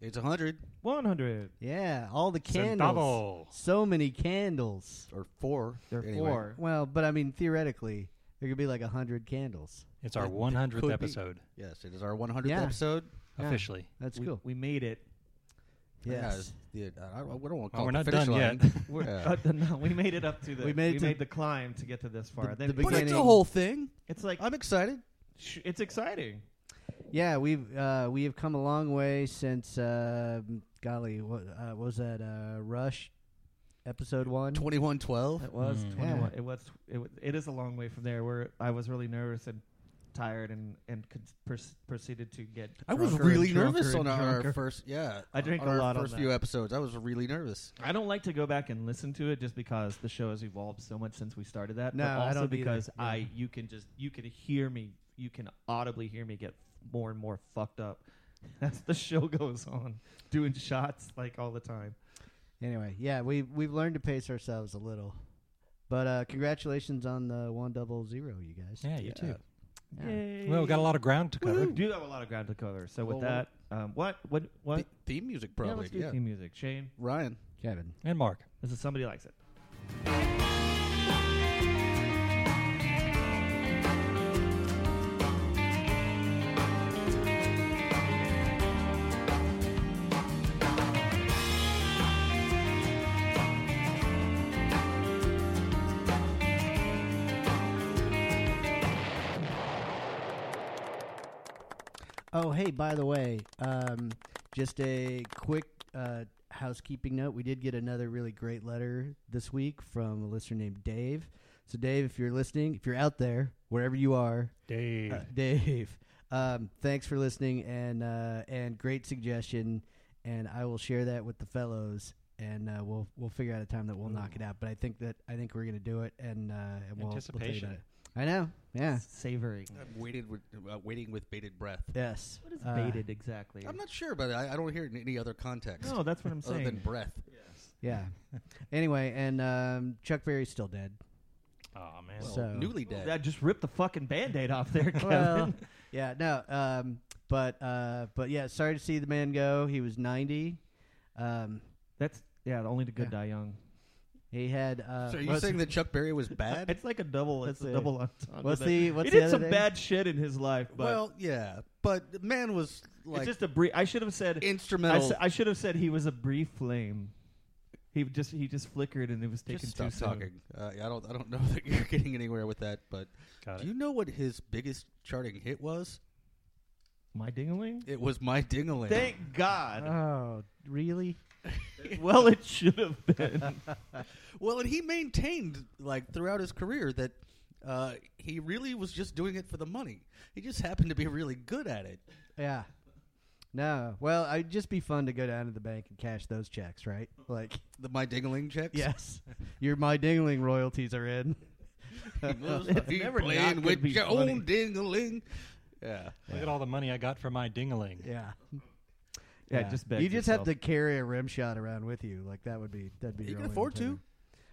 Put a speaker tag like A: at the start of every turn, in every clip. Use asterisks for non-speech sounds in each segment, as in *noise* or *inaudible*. A: It's a hundred.
B: 100.
C: Yeah, all the candles. So many candles.
A: or four.
B: There are
A: Anyway.
B: four.
C: Well, but I mean, theoretically, there could be like a hundred candles.
D: It's our
A: It
D: 100th
A: could be.
D: episode
A: Yes, it is our 100th
C: Yeah.
A: episode.
C: Yeah.
D: officially.
C: That's
B: we,
C: cool.
B: We made it.
C: Yes.
A: Yeah, it's the- I, I- we don't want to
D: Oh,
A: call
D: we're
A: it the
D: not
A: finish
D: done
A: line.
D: yet.
B: We're,
A: *laughs* Yeah.
B: uh, no, we made
A: *laughs*
B: it up to the.
C: We made it to-
B: the climb to get to this far.
C: The-
B: then
C: the
B: we-
A: but it's a
C: Beginning.
A: whole thing.
B: It's like
A: I'm excited.
B: sh- it's exciting.
C: Yeah, we've uh, we have come a long way since uh, golly, what, uh, what was that uh, Rush episode one?
A: 2112.
B: It was
D: Mm.
B: 21.
C: Yeah.
B: It was. It, wa- it is a long way from there. Where I was really nervous and tired, and and con- pers- proceeded to get.
A: I was
B: drunker and
A: really nervous
B: drunker
A: on
B: and
A: our,
B: drunker.
A: first. Yeah,
B: I drank
A: on
B: a
A: our
B: lot on
A: First
B: that.
A: few episodes, I was really nervous.
B: I don't like to go back and listen to it just because the show has evolved so much since we started that.
C: No,
B: but
C: I
B: also
C: don't either.
B: because
C: Yeah.
B: I you can just you can hear me you can audibly hear me get more and more fucked up *laughs* as the show *laughs* goes on, doing shots like all the time.
C: Anyway, yeah, we we've learned to pace ourselves a little, but uh, congratulations on the one double zero, you guys.
D: Yeah, you
A: Yeah.
D: too. Well, we got a lot of ground to cover.
B: We do have a lot of ground to cover. So with
A: Well,
B: that, um, what what what?
A: Th- theme music,
B: yeah,
A: probably.
B: let's do
A: Yeah,
B: theme music. Shane,
A: Ryan.
C: Kevin.
D: And Mark.
B: this is somebody likes it.
C: Oh, hey, by the way, um, just a quick uh, housekeeping note. We did get another really great letter this week from a listener named Dave. So, Dave, if you're listening, if you're out there, wherever you are,
D: Dave.
C: uh, Dave, um, thanks for listening and uh, and great suggestion. And I will share that with the fellows, and uh, we'll we'll figure out a time that we'll knock it out. But I think that I think we're gonna do it, and uh, and we'll, we'll tell you
D: Anticipation.
C: about it. I know, yeah,
B: Savoring.
A: I'm waiting with uh, waiting with bated breath.
C: yes.
B: What is
C: Uh,
B: baited exactly?
A: I'm not sure, but I, I don't hear it in any other context
B: No, that's what I'm
A: *laughs* other
B: saying.
A: than breath.
B: *laughs*
C: Yeah. anyway, and um, Chuck Berry's still dead.
D: Oh, man.
A: Well,
C: So-
A: newly
B: Well,
A: dead.
B: That just ripped the fucking band-aid off there, Kevin.
C: Well, *laughs* yeah, no. Um, but uh, but yeah, sorry to see the man go. He was ninety. Um,
B: That's yeah, only the good
C: Yeah.
B: die young.
C: he had. Uh,
A: so are you
C: what's-
A: saying that Chuck Berry was bad?
B: *laughs* It's like a double. It's
C: What's
B: a
C: the-
B: double entendre.
C: what's
B: there.
C: the- what's
B: he
C: the
B: did
C: other
B: some
C: thing?
B: bad shit in his life, but
A: well, yeah, but the man was
B: it's
A: like
B: just a brief. I should have said. I,
A: instrumental.
B: s- I should have said he was a brief flame. He just he just flickered and it was taken
A: Just
B: too
A: stop
B: soon.
A: talking. Uh, yeah, I don't. I don't know *laughs* that you're getting anywhere with that. But
D: Got
A: do
D: it.
A: you know what his biggest charting hit was?
B: My dingaling.
A: It was "My Dingaling."
B: Thank God.
C: Oh,
B: *laughs*
C: really?
B: well, it should have been. *laughs*
A: Well, and he maintained like throughout his career that uh, he really was just doing it for the money. He just happened to be really good at it.
C: Yeah. No. Well, it'd just be fun to go down to the bank and cash those checks, right?
A: *laughs*
C: Like,
A: The "My Dingaling" checks.
C: yes, your my dingling royalties
A: *laughs*
C: are in.
B: *laughs*
C: *laughs*
A: Must be
B: never not
A: playing
B: gonna
A: with
B: be
A: your
B: funny.
A: own dingaling. Yeah.
D: Look at all the money I got for my dingaling.
C: Yeah.
B: yeah, just beg
C: you just have
B: yourself.
C: to carry a rim shot around with you. Like that would be that'd be.
A: You
C: your
A: can
C: only
A: afford to.
C: alternative.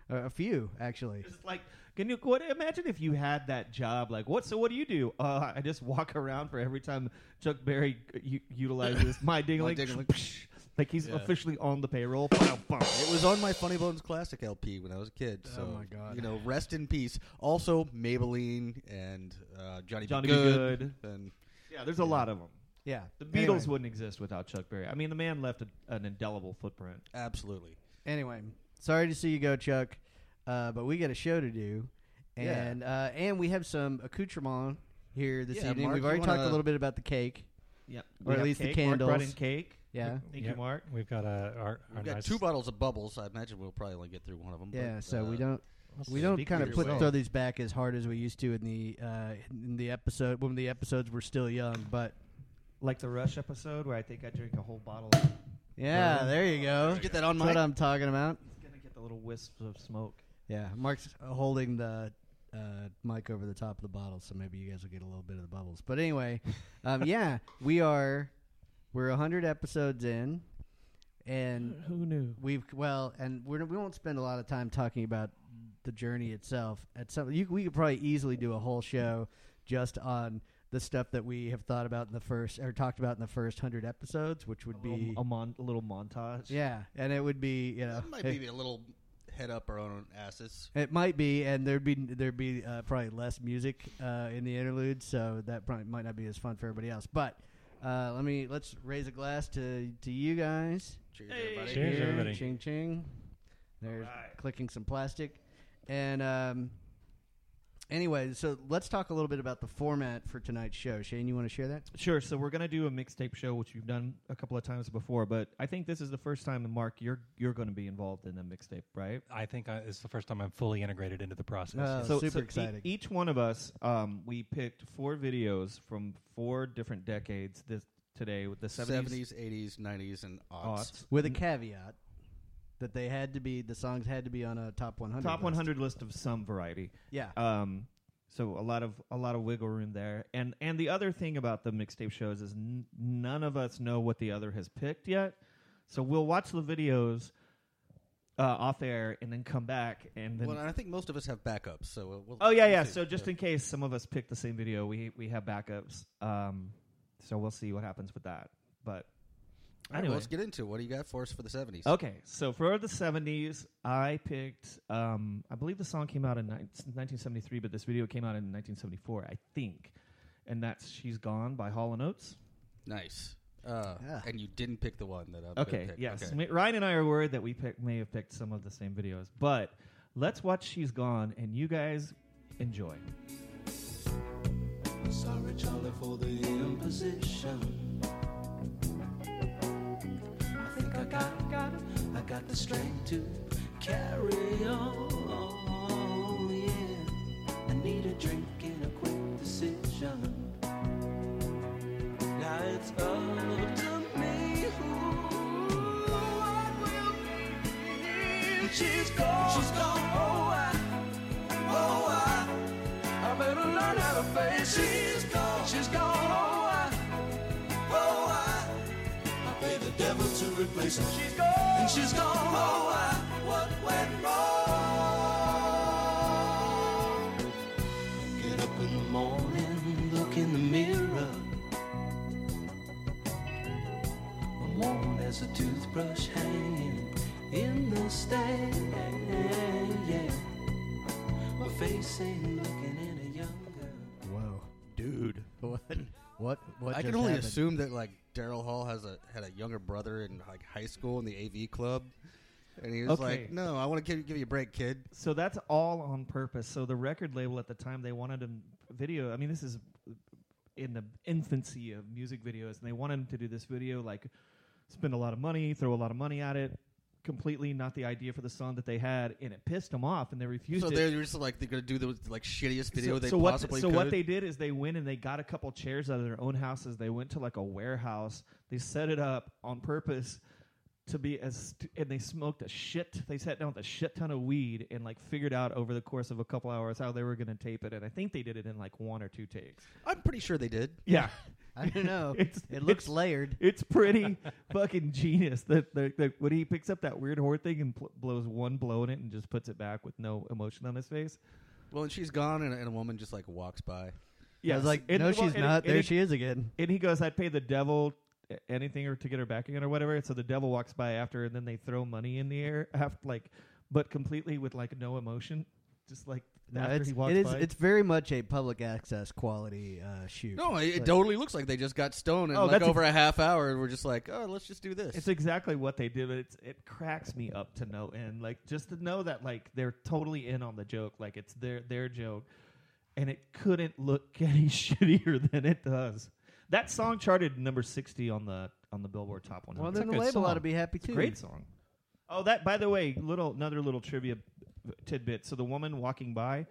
C: Uh, a few actually.
B: It's like, can you what, imagine if you had that job? Like, what? So, what do you do? *laughs* Uh, I just walk around for every time Chuck Berry u- utilizes my dingling.
A: Dingaling.
B: *laughs* like he's
A: Yeah.
B: officially on the payroll. Bow, bow.
A: It was on my Funny Bones Classic LP when I was a kid.
C: Oh
A: So,
C: my God.
A: You know, rest in peace. Also, Maybelline and uh, Johnny,
B: Johnny
A: B.
B: B.
A: Good.
B: Good.
A: And
B: Yeah, there's a lot of them.
C: Yeah.
B: The Beatles
C: Anyway.
B: wouldn't exist without Chuck Berry. I mean, the man left a, an indelible footprint.
A: absolutely.
C: Anyway, sorry to see you go, Chuck, uh, but we got a show to do,
A: Yeah.
C: and uh, and we have some accoutrement here this
A: Yeah,
C: evening.
A: Mark,
C: We've
A: you
C: already talked a
A: wanna-
C: little bit about the cake.
B: Yep.
C: Or at least the
B: Mark brought
C: candles.
B: in cake.
C: Yeah,
B: Thank you,
D: Yep.
B: Mark.
D: We've got a, our, our
A: We've got
D: nice
A: two bottles of bubbles. I imagine we'll probably only get through one of them.
C: yeah. So we don't
D: let's
C: we don't
A: uh, speak
C: kind
A: for
C: of put
A: yourself.
C: throw these back as hard as we used to in the uh, in the episode when the episodes were still young. But
B: Like the Rush episode where I think I drank a whole bottle. Of,
C: yeah,
B: Really?
C: uh, there you go.
A: Get that on
C: That's what
A: my.
C: I'm talking about.
B: it's gonna get the little wisps of smoke.
C: Yeah, Mark's holding the uh, mic over the top of the bottle, so maybe you guys will get a little bit of the bubbles. But
B: *laughs*
C: anyway, um, yeah, we are we're hundred episodes in, and
B: Uh, Who knew?
C: we've well, and we're, we won't spend a lot of time talking about the journey itself. At some, you, we could probably easily do a whole show just on the stuff that we have thought about in the first or talked about in the first hundred episodes, which would
B: a
C: be
B: little, a, mon- a little montage.
C: yeah, and it would be you know
A: That might
C: *laughs* it,
A: be a little head up our own asses.
C: it might be, and there'd be there'd be uh, probably less music uh, in the interlude, so that probably might not be as fun for everybody else. But uh, let me let's raise a glass to to you guys.
A: Cheers,
B: Hey.
A: everybody.
D: Cheers,
C: Here,
D: everybody.
C: Ching ching. There's
B: Alright.
C: clicking some plastic. And um, anyway, so let's talk a little bit about the format for tonight's show. Shane, you want to share that?
B: Sure. So we're gonna do a mixtape show, which we've done a couple of times before, but I think this is the first time, Mark, you're you're gonna be involved in the mixtape, right?
D: I think I, it's the first time I'm fully integrated into the process.
C: Uh,
D: yes.
C: So- super exciting.
B: E- each one of us, um, we picked four videos from four different decades. This today with the seventies,
A: Seventies, eighties, nineties, and aughts.
B: aughts,
D: Mm.
C: With a caveat that they had to be the songs had to be on a top 100.
B: top
C: list.
B: one hundred list of some variety.
C: Yeah. *laughs*
B: Um, so a lot of a lot of wiggle room there, and and the other thing about the mixtape shows is n- none of us know what the other has picked yet. So we'll watch the videos uh, off air and then come back and then.
A: Well, and I think most of us have backups, so we'll. we'll
B: oh yeah,
A: we'll
B: yeah.
A: see.
B: So just in case some of us pick the same video, we we have backups. Um, so we'll see what happens with that. But
A: All right, well,
B: anyway.
A: let's get into it. what do you got for us for the seventies.
B: Okay, so for the 70s, I picked, um, I believe the song came out in ni- 1973, but this video came out in 1974, I think. And that's She's Gone by Hall & Oates.
A: Nice. Uh,
C: Yeah.
A: And you didn't pick the one that I'm
B: Okay,
A: Gonna pick.
B: yes.
A: Okay.
B: Ma- Ryan and I are worried that we pick, may have picked some of the same videos, but let's watch She's Gone and you guys enjoy.
E: Sorry, Charlie, for the imposition. I think I got, got, I got the strength to carry on. Yeah, I need a drink and a quick decision. Now it's up to me who I will be. She's gone. She's gone. Oh, I, oh, I. I better learn how to face. She's gone, she's gone. Oh, I, oh, I, I pay the devil to replace her. She's gone, and she's gone. Oh, I, what went wrong? Get up in the morning, look in the mirror. I'm worn as a toothbrush hanging in the stand. Yeah. My face ain't looking any younger.
C: Whoa, dude. What? What? What?
A: I
C: just
A: can only
C: happened?
A: assume that like Daryl Hall has a had a younger brother in like high school in the AV club, and he was
B: Okay.
A: like, "No, I want to give, give you a break, kid."
B: So that's all on purpose. So the record label at the time, they wanted a video. I mean, this is in the infancy of music videos, and they wanted him to do this video, like spend a lot of money, throw a lot of money at it. Completely not the idea for the song that they had, and it pissed them off, and they refused
A: so
B: it.
A: they're just like they're gonna do the like shittiest video
B: so,
A: they
B: so
A: possibly
B: what, so
A: could.
B: what they did is they went and they got a couple chairs out of their own houses. They went to like a warehouse. They set it up on purpose to be as st- and they smoked a shit. They sat down with a shit ton of weed and like figured out over the course of a couple hours how they were going to tape it. And I think they did it in like one or two takes.
A: I'm pretty sure they did.
B: Yeah,
C: I don't *laughs* know.
B: It's-
C: it looks
B: it's-
C: layered.
B: *laughs* it's pretty *laughs* fucking genius. That the, the, when he picks up that weird whore thing and pl- blows one blow in it and just puts it back with no emotion on his face.
A: Well, and she's gone, and, and a woman just like walks by.
B: Yeah,
C: I was like, no, she's not. There she is again.
B: and he goes, "I'd pay the devil a- anything or to get her back again or whatever." And so the devil walks by after, and then they throw money in the air, *laughs* after, like, but completely with like no emotion, just like
C: No,
B: after
C: it's,
B: he walks
C: it is.
B: by.
C: It's very much a public access quality uh, shoot.
A: No, it, it
C: Like-
A: totally looks like they just got stoned, and
B: Oh,
A: like
B: that's ex-
A: over a half hour, and we're just like, "Oh, let's just do this."
B: it's exactly what they did. But it's, it cracks me up to no end. Like just to know that like they're totally in on the joke. Like it's their their joke, and it couldn't look *laughs* any shittier than it does. That song charted number sixty on the on the Billboard Top 100.
C: Well,
D: It's a
C: then the
D: good
C: label ought to
D: song.
C: be happy
B: It's
C: too.
B: a great song. Oh, that by the way, little another little trivia tidbit. So the woman walking by,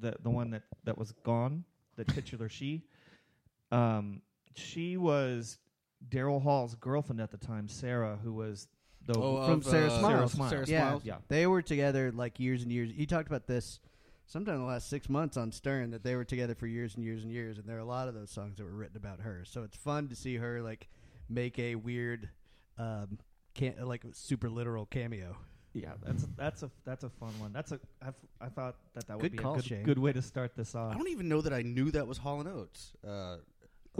B: the the one that that was gone, the titular she, um, she was Daryl Hall's girlfriend at the time, Sarah, who was the
A: Oh,
C: from
A: of,
C: Sarah
A: uh,
C: Smiles.
A: Sarah
C: Yeah.
A: Smiles.
B: yeah.
C: They were together like years and years. He talked about this sometime in the last six months on Stern that they were together for years and years and years, and there are a lot of those songs that were written about her. So it's fun to see her like make a weird, um, can like super literal cameo.
B: yeah, that's a, that's a that's a fun one. That's a I, f- I thought that that would
C: Good
B: be
C: call,
B: a good,
C: Shane.
B: good way to start this off.
A: I don't even know that I knew that was Hall and Oates. Uh, like,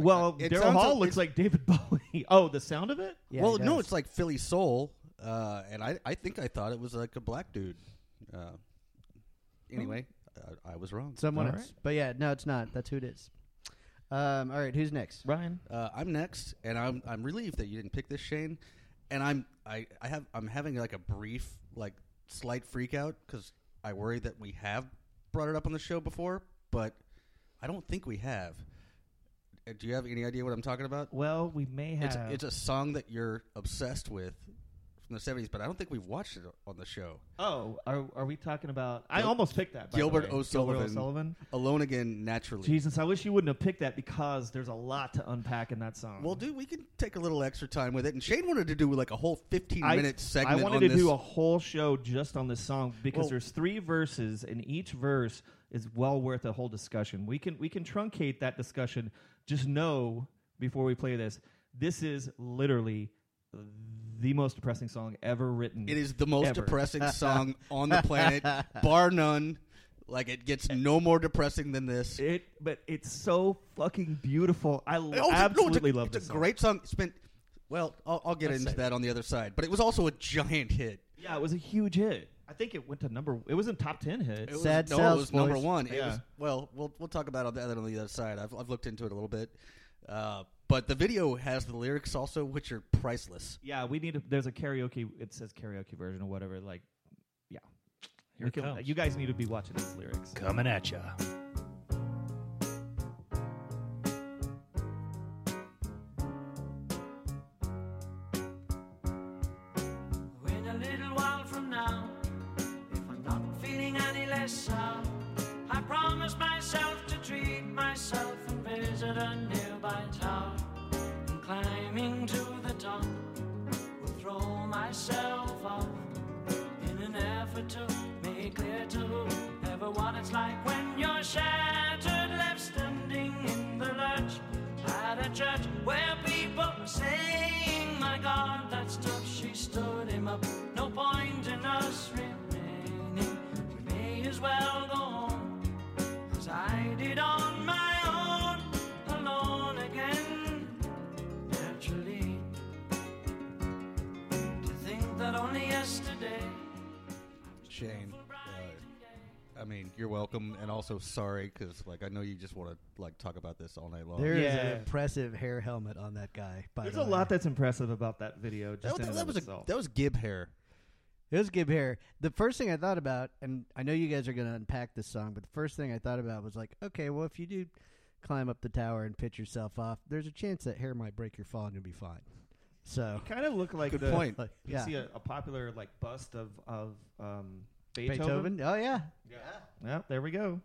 B: well,
A: I- it
B: Daryl
A: sounds
B: Hall
A: a- it's-
B: looks like David *laughs* Bowie. Oh, the sound of it.
C: Yeah,
A: well,
C: it
A: no,
C: does.
A: it's like Philly Soul, uh, and I, I think I thought it was like a black dude. Uh, anyway, I, I was wrong.
C: someone
B: All
C: else. But yeah, no, it's not. That's who it is. Um, all right, who's next?
B: Ryan.
A: Uh, I'm next, and I'm I'm relieved that you didn't pick this, Shane. And I'm I, I have I'm having like a brief like slight freak out because I worry that we have brought it up on the show before, but I don't think we have. Uh, Do you have any idea what I'm talking about?
B: Well, we may have.
A: It's it's a song that you're obsessed with from the '70s, but I don't think we've watched it on the show.
B: oh, are, are we talking about? I
A: Gil-
B: almost picked that. By
A: Gilbert
B: the way.
A: O'Sullivan.
B: Gilbert O'Sullivan.
A: Alone again, naturally.
B: Jesus, I wish you wouldn't have picked that because there's a lot to unpack in that song.
A: Well, dude, we can take a little extra time with it. And Shane wanted to do like a whole 15
B: I-
A: minute segment
B: I wanted
A: on
B: to
A: this.
B: do a whole show just on this song because
A: Well-
B: there's three verses, and each verse is well worth a whole discussion. We can we can truncate that discussion. Just know before we play this, this is literally the most depressing song ever written.
A: It is the most
B: Ever. *laughs*
A: depressing song on the planet, bar none. Like it gets no more depressing than this.
B: It, but it's so fucking beautiful. I l-
A: Oh, it's a- no, it's a-
B: absolutely love
A: It's
B: this
A: a
B: song.
A: great song. It's been well. I'll, I'll get
B: Let's
A: into
B: save
A: that on the other side. But it was also a giant hit.
B: Yeah, it was a huge hit. I think it went to number. It was in top ten hits.
A: It was,
C: Sad
A: no,
C: South
A: it was number
C: Boys.
A: one. It
B: Yeah.
A: was well. We'll we'll talk about that on the other side. I've I've looked into it a little bit. Uh, but the video has the lyrics also, which are priceless.
B: Yeah, we need. To, there's a karaoke. It says karaoke version or whatever. Like, yeah.
D: Here
B: We
D: it
B: can-
D: comes.
B: You guys need to be watching these lyrics.
D: Coming at ya.
E: When a little while from now, if I'm not feeling any less sound, I promise myself to treat myself and visit a nearby town. And climbing to the top, will throw myself off in an effort to make clear to everyone it's like when you're shattered, left standing in the lurch at a church where people were saying, My God, that stuff she stood him up. No point in us remaining. We may as well go on as I did on my own, alone again. Naturally, to think that only yesterday.
A: Shane, uh, I mean, you're welcome, and also sorry because like I know you just want to like talk about this all night long.
C: There is
B: Yeah.
C: an impressive hair helmet on that guy. By
B: There's
C: the
B: a
C: way.
B: lot that's impressive about that video. Just
A: that,
B: in
A: that-
B: and
A: that
B: of
A: was a,
B: itself.
A: that was gib hair.
C: It was good hair. The first thing I thought about, and I know you guys are going to unpack this song, but the first thing I thought about was like, okay, well, if you do climb up the tower and pitch yourself off, there's a chance that hair might break your fall and you'll be fine. So,
B: kind of looked like
A: Good
B: the,
A: point.
C: like,
B: You
C: yeah.
B: see a, a popular like bust of of um, Beethoven.
C: Beethoven? Oh, yeah.
B: Yeah. Yeah. There we go.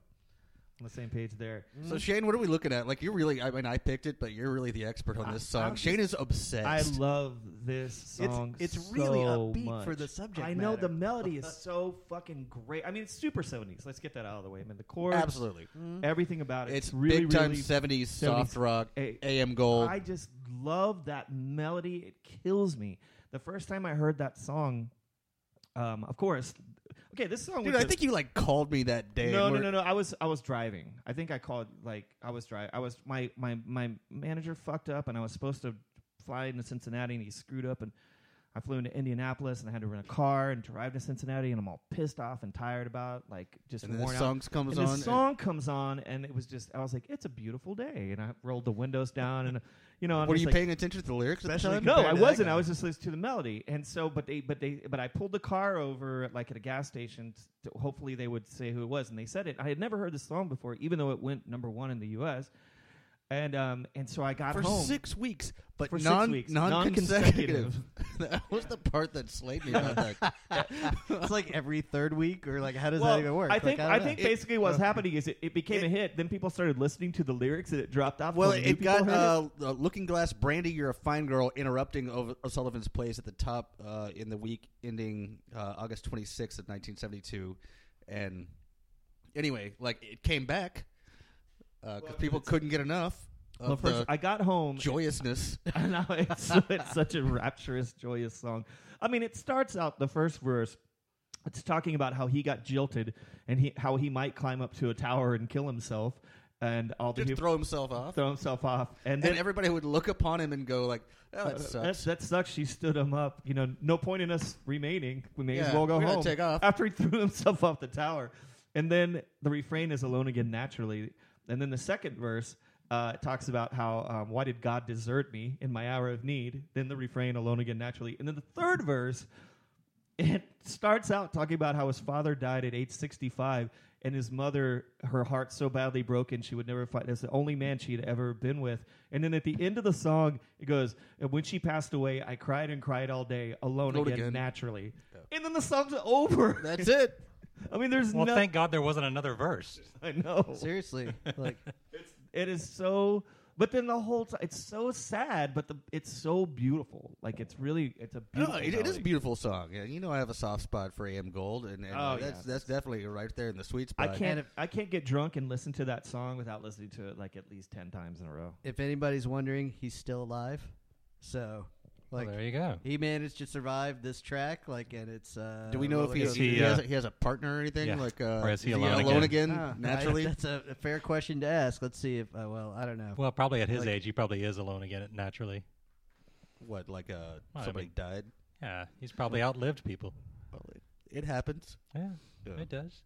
B: On the same page there.
A: So Shane, what are we looking at? Like you're really, I mean, I picked it, but you're really the expert on
B: I-
A: this song.
B: I'm
A: Shane
B: just-
A: is obsessed.
B: I love this song.
C: it's
B: so
C: really upbeat
B: much.
C: for the subject
B: I know
C: matter.
B: the melody
C: *laughs*
B: is so fucking great. I mean, it's super seventies. Let's get that out of the way. I mean, the chords,
A: absolutely.
B: everything about it.
A: It's
B: really,
A: big time
B: really
A: 70s, soft
B: 70s.
A: rock,
B: Hey,
A: AM gold.
B: I just love that melody. It kills me. The first time I heard that song, um, of course. Okay, this song.
A: Dude,
B: was
A: I
B: a-
A: think you like called me that day.
B: no,
A: and
B: no,
A: we're-
B: no, no. I was I was driving. I think I called like I was driving. I was my my my manager fucked up, and I was supposed to fly into Cincinnati, and he screwed up, and I flew into Indianapolis, and I had to rent a car and drive to Cincinnati, and I'm all pissed off and tired about like just
A: And then
B: worn
A: the
B: out.
A: songs comes
B: And
A: on.
B: The song comes on, and it was just I was like, it's a beautiful day, and I rolled the windows down, and you know,
A: and
B: I'm
A: were
B: just
A: you
B: like,
A: paying attention to the lyrics at the
C: Especially
A: time?
B: no, I
C: compared to that
B: wasn't.
C: guy.
B: I was just listening to the melody, and so, but they, but they, but I pulled the car over at like at a gas station. To, hopefully, they would say who it was, and they said it. I had never heard this song before, even though it went number one in the U.S. And um, and so I got
A: For
B: home.
A: six weeks, but
B: For six
A: non
B: weeks.
A: non-consecutive. *laughs* that was the part that slayed me about
B: *laughs*
A: that.
C: *laughs* it's like every third week, or like, how does
B: Well,
C: that even work?
B: I
C: Like,
B: think
C: don't
B: I,
C: know.
B: think
A: It-
B: basically what's happening is it, it became a hit. Then people started listening to the lyrics and it dropped off.
A: Well, it,
B: till new people
A: got
B: heard
A: uh, uh, Looking Glass Brandy, You're a Fine Girl, interrupting o- O'Sullivan's plays at the top uh, in the week ending uh, August 26th of 1972. And anyway, like it came back because people couldn't get enough
B: Well,
A: of
B: first
A: the
B: I got
A: *laughs*
B: home.
A: joyousness.
B: *laughs* I know it's, it's such a rapturous, joyous song. I mean, it starts out the first verse it's talking about how he got jilted and he, how he might climb up to a tower and kill himself and all the
A: Just
B: people
A: throw himself off.
B: *laughs* throw himself off and then
A: and everybody would look upon him and go like, "Oh, that
B: uh,
A: sucks."
B: That, that sucks. She stood him up. You know, no point in us remaining. We may as
A: Yeah,
B: well go
A: we gotta
B: home.
A: take off.
B: After he *laughs* threw himself off the tower. And then the refrain is alone again naturally. And then the second verse uh, talks about how, um, why did God desert me in my hour of need? Then the refrain, alone again naturally. And then the third verse, it starts out talking about how his father died at age 65 and his mother her heart so badly broken she would never find as the only man she had ever been with and then at the end of the song it goes and when she passed away i cried and cried all day alone
A: Alone
B: again,
A: again.
B: naturally and then the song's over
A: That's it.
B: *laughs* i mean there's
D: Well,
B: no
D: thank God there wasn't another verse.
B: i know
C: Seriously, like
B: it is so but then the whole time it's so sad but the it's so beautiful like it's really it's a
A: No,
B: beautiful
A: it, it is a
B: melody.
A: beautiful song. Yeah, you know, I have a soft spot for AM Gold, and, and
B: Oh,
A: that's
B: yeah.
A: that's definitely right there in the sweet
B: I
A: spot.
B: can't. I can't get drunk and listen to that song without listening to it like at least ten times in a row.
C: if anybody's wondering, he's still alive. So,
D: Well,
C: like
D: there you go.
C: Oh, he managed to survive this track. Like, and it's uh,
A: Do we know if
C: Roller
A: he,
D: Is
A: has,
C: Coaster.
D: he,
A: he has
D: uh,
A: a, he has a partner or anything?
D: Yeah.
A: Like, uh,
D: Or is he
A: is
D: alone
A: alone again?
C: Ah, I-
A: naturally,
C: that's a, a fair question to ask. Let's see if. Uh, well, I don't know.
D: Well, probably at his
C: Like-
D: age, he probably is alone again naturally.
A: what like uh,
D: Well, I
A: somebody
D: mean-
A: died?
D: Yeah, he's probably outlived people.
A: Probably. It happens.
D: Yeah,
A: Yeah.
D: it does.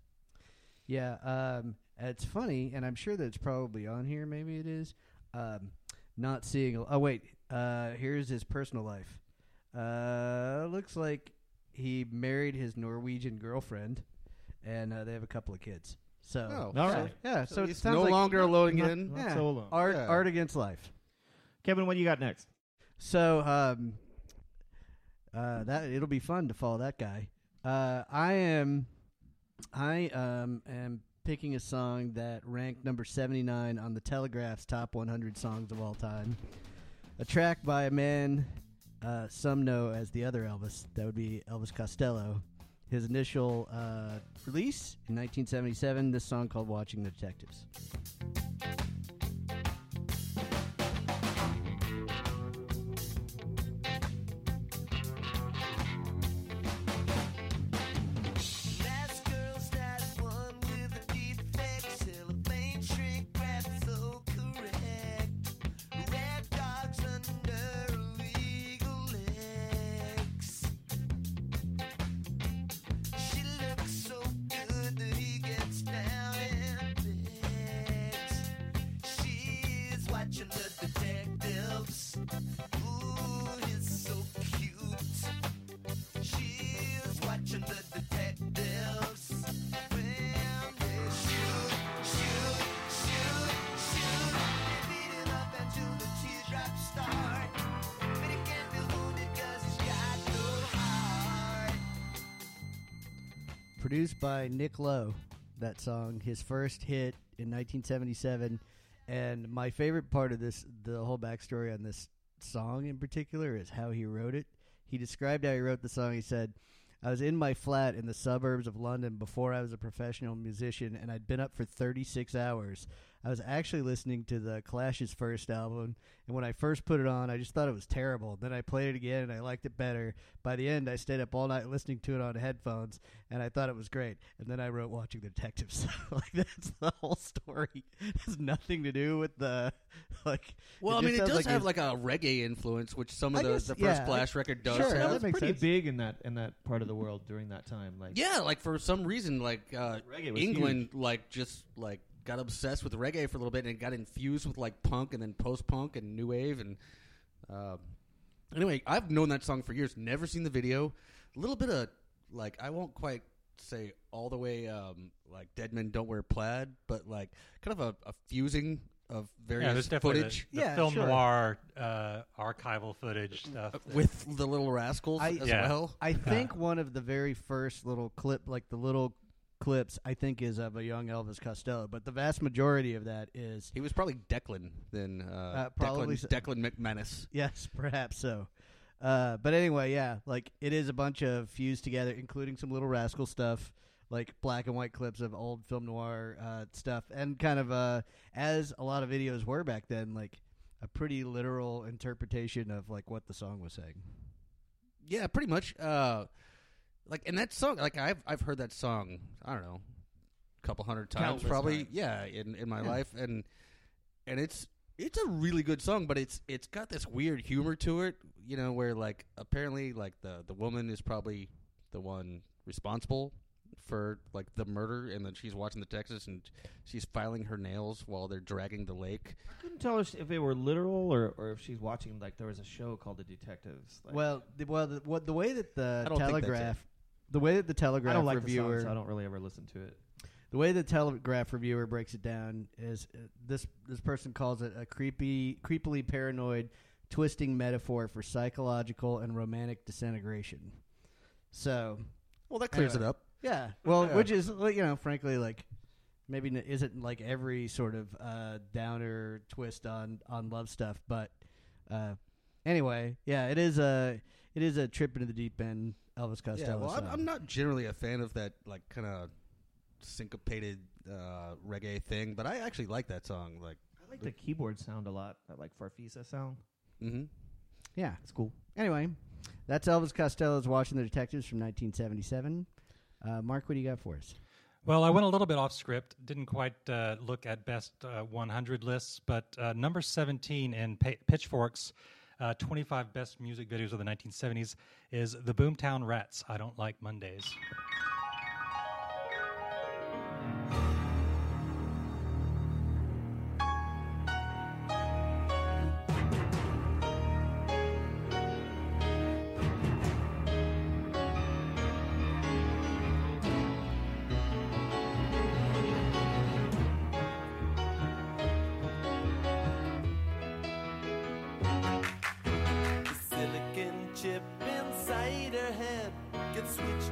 C: Yeah, um, it's funny, and I'm sure that it's probably on here. Maybe it is. Um, not seeing. Oh wait, uh, here's his personal life. Uh, looks like he married his Norwegian girlfriend, and uh, they have a couple of kids. So
A: Oh,
B: All
A: so-
B: right.
C: yeah, so,
A: so
C: it
A: he's
C: sounds
A: no
C: like
A: longer alone again.
B: Not
C: Yeah.
B: so alone.
C: art
A: Yeah.
C: art against life.
B: Kevin, what do you got next?
C: So um, uh, that it'll be fun to follow that guy. Uh, I am, I um, am picking a song that ranked number seventy nine on the Telegraph's top one hundred songs of all time. A track by a man uh, some know as the other Elvis. That would be Elvis Costello. His initial uh, release in 1977, this song called "Watching the Detectives."
E: Last girl's that one with the defect, cellophane shrink wrap so correct. Red dogs under legal X. She looks so good that he gets down and begs. She's watching the detectives. Ooh, it's so cute. She's watching the detectives when they shoot, shoot, shoot, shoot. They beat it up until the teardrops start, but it can't be wounded 'cause it's got no heart.
C: produced by Nick Lowe. That song, his first hit in 1977, and my favorite part of this, the whole backstory on this song in particular, is how he wrote it. He described how he wrote the song. He said, "I was in my flat in the suburbs of London before I was a professional musician, and I'd been up for 36 hours. I was actually listening to the Clash's first album, and when I first put it on, I just thought it was terrible. Then I played it again, and I liked it better. By the end, I stayed up all night listening to it on headphones, and I thought it was great. And then I wrote Watching the Detectives. *laughs* like that's the whole story. *laughs* It has nothing to do with the *laughs* like.
A: Well, I mean,
C: just
A: it
C: sounds
A: does
C: like
A: have
C: it's-
A: like a reggae influence, which some
C: I
A: of the,
C: guess-
A: the first
C: yeah,
A: Flash
C: I-
A: record does.
C: sure,
A: have.
C: that
B: that was
C: makes
B: pretty
C: sense.
B: big in that in that part of the world during that time. Like,
A: Yeah, like for some reason, like uh,
B: Reggae was
A: England, like just like got obsessed with reggae for a little bit and got infused with like punk and then post punk and new wave and. Uh, anyway, I've known that song for years. Never seen the video. A little bit of like I won't quite say all the way um, like Dead Men Don't Wear Plaid, but like kind of a, a fusing of
D: Yeah,
A: various
D: there's definitely the-
A: footage
D: the,
C: Yeah,
D: film
C: sure.
D: noir uh, archival footage stuff. that-
A: with the Little Rascals
C: I-
A: as
D: Yeah.
A: well.
B: *laughs*
C: I think one of the very first little clip, like the little clips, I think is of a young Elvis Costello. But the vast majority of that is
A: He was probably Declan then. Uh,
C: Uh, probably so.
A: Declan, Declan McManus.
C: *laughs* Yes, perhaps so. Uh, but anyway, yeah, like it is a bunch of fused together, including some little rascal stuff, like black and white clips of old film noir uh, stuff, and kind of uh, as a lot of videos were back then, like a pretty literal interpretation of like what the song was saying.
A: Yeah, pretty much. Uh, Like, and that song, like I've I've heard that song. I don't know, a couple hundred times,
B: Countless
A: probably.
B: times.
A: Yeah, in in my life, and and it's it's a really good song, but it's it's got this weird humor to it. You know, where like apparently like the the woman is probably the one responsible for like the murder, and then she's watching the Texas and she's filing her nails while they're dragging the lake.
B: I couldn't tell if if they were literal or, or if she's watching. Like there was a show called The Detectives. Like,
C: well, the, well, the, what the way that the
A: I don't think that's it.
C: Telegraph, the way that the Telegraph
B: I don't like the
C: reviewer,
B: songs. I don't really ever listen to it.
C: the way the Telegraph reviewer breaks it down is uh, this: this person calls it a creepy, creepily paranoid, twisting metaphor for psychological and romantic disintegration. So,
A: Well, that clears
C: Anyway.
A: it up.
C: yeah, well,
A: Yeah.
C: which is like, you know, frankly, like maybe n- isn't like every sort of uh, downer twist on on love stuff, but uh, anyway, yeah, it is a it is a trip into the deep end. Elvis Costello.
A: Yeah, well, I'm,
C: song.
A: I'm not generally a fan of that like kind of syncopated uh, reggae thing, but I actually like that song. Like,
B: I like the keyboard sound a lot. I like Farfisa sound.
A: mm-hmm.
C: Yeah.
B: It's cool.
C: Anyway, that's Elvis Costello's Watching the Detectives from 1977. Uh, Mark, what do you got for us?
D: Well, I went a little bit off script. Didn't quite uh, look at best uh, 100 lists, but uh, number 17 in pa- Pitchfork's uh, 25 best music videos of the 1970s is the Boomtown Rats. I don't like Mondays.
E: The silicon chip inside her head gets switched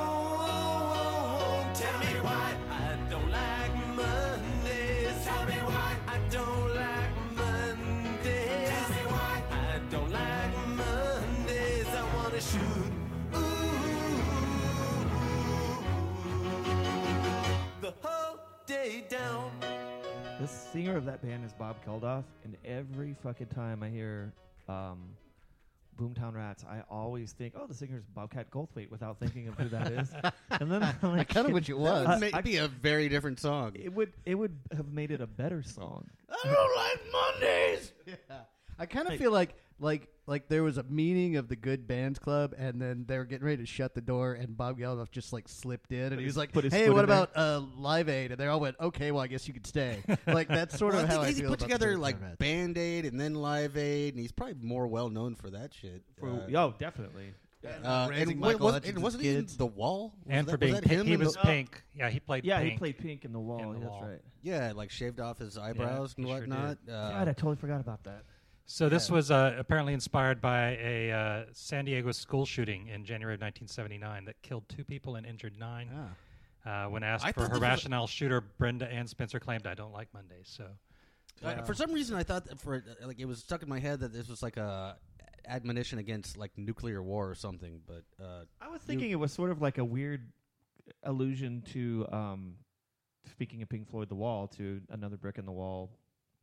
E: Tell me why I don't like Mondays. Tell me why I don't like Mondays. Tell me why I don't like Mondays. I wanna shoot. Ooh. The whole day down.
B: The singer of that band is Bob Geldof, and every fucking time I hear um, Boomtown Rats, I always think, "Oh, the singer's Bobcat Goldthwait," without thinking of who that *laughs* is. and then I'm like,
C: kinda wish it was.
B: I-
A: It may
B: I-
A: be a very different song.
B: it would it would have made it a better song.
A: I don't like Mondays.
C: Yeah. I kind of feel like like like there was a meeting of the Good Bands Club, and then they were getting ready to shut the door, and Bob Geldof just like slipped in, and he was like,
B: put his
C: "Hey,
B: foot
C: what
B: in there."
C: about uh, Live Aid?" And they all went, "Okay, well, I guess you could
B: *laughs*
C: stay." like that's sort
A: Well,
C: of
A: I
C: how
A: think
C: I
A: he
C: feel
A: put
C: about
A: together
C: the
A: like
C: Boomtown Rats.
A: Band Aid and then Live Aid, and he's probably more well known for that shit.
B: For,
A: Uh,
B: oh, definitely.
A: uh,
C: Raising
A: and wa-
C: Michael
A: was,
C: Hutchins'
A: and wasn't he in
C: kids. Oh.
A: The Wall? Was
D: and
A: that,
D: for being
A: was that
D: pink-
A: him
D: he
A: in the-
D: was pink. Yeah, he played
B: Yeah,
D: pink.
B: he played Pink in the Wall.
D: The
B: yeah,
D: Wall.
B: That's right.
A: yeah, like shaved off his eyebrows and
D: he sure
A: whatnot.
B: God, I
A: uh,
B: totally forgot about that.
D: So this was uh, apparently inspired by a uh, San Diego school shooting in January of 1979 that killed two people and injured nine.
C: Ah.
D: Uh, when asked
A: I thought
D: for her
A: this was a-
D: rationale, shooter Brenda Ann Spencer claimed, "I don't like Mondays." So
A: I- for some reason, I thought that for like it was stuck in my head that this was like a admonition against like nuclear war or something. But uh,
B: I was thinking it was sort of like a weird allusion to um, speaking of Pink Floyd, The Wall, to another brick in the wall,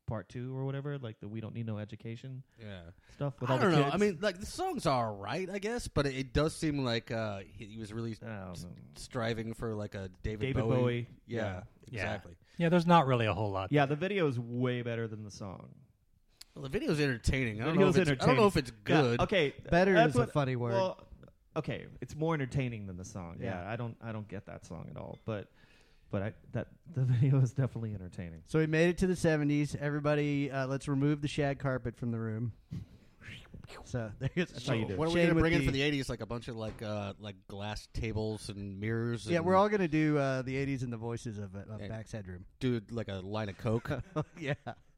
B: part two or whatever, like the "We Don't Need No Education"
A: yeah,
B: stuff. With
A: I
B: all
A: don't
B: the
A: know.
B: Kids.
A: I mean, like the songs are alright, I guess, but it, it does seem like uh, he, he was really
B: I
C: Oh,
B: don't know.
A: striving for like a David,
B: David
A: Bowie.
B: Bowie.
A: Yeah,
B: Yeah.
D: Yeah.
A: exactly.
D: yeah, there's not really a whole lot.
B: yeah, the video is way better than the song.
A: Well, the video's entertaining. I don't, know
B: Video's
A: if it's, I don't know if it's
B: Yeah,
A: good.
B: okay,
C: Better
B: that's
C: is a
B: what-
C: funny word.
B: Well, okay, it's more entertaining than the song. Yeah,
C: Yeah.
B: I don't, I don't get that song at all. But, but I that *laughs* the video is definitely entertaining.
C: So we made it to the 70s. Everybody, uh, let's remove the shag carpet from the room. So *laughs* there's
B: That's how you do it.
A: What are we
C: Shane
A: gonna
C: with
A: bring in
C: the-
A: for the '80s? Like a bunch of like uh, like glass tables and mirrors.
C: Yeah,
A: and
C: we're all gonna do uh, the '80s and the voices of, uh, of
A: Yeah.
C: Back's
B: *laughs*
C: Headroom. *laughs*
A: do like a line of coke.
C: yeah,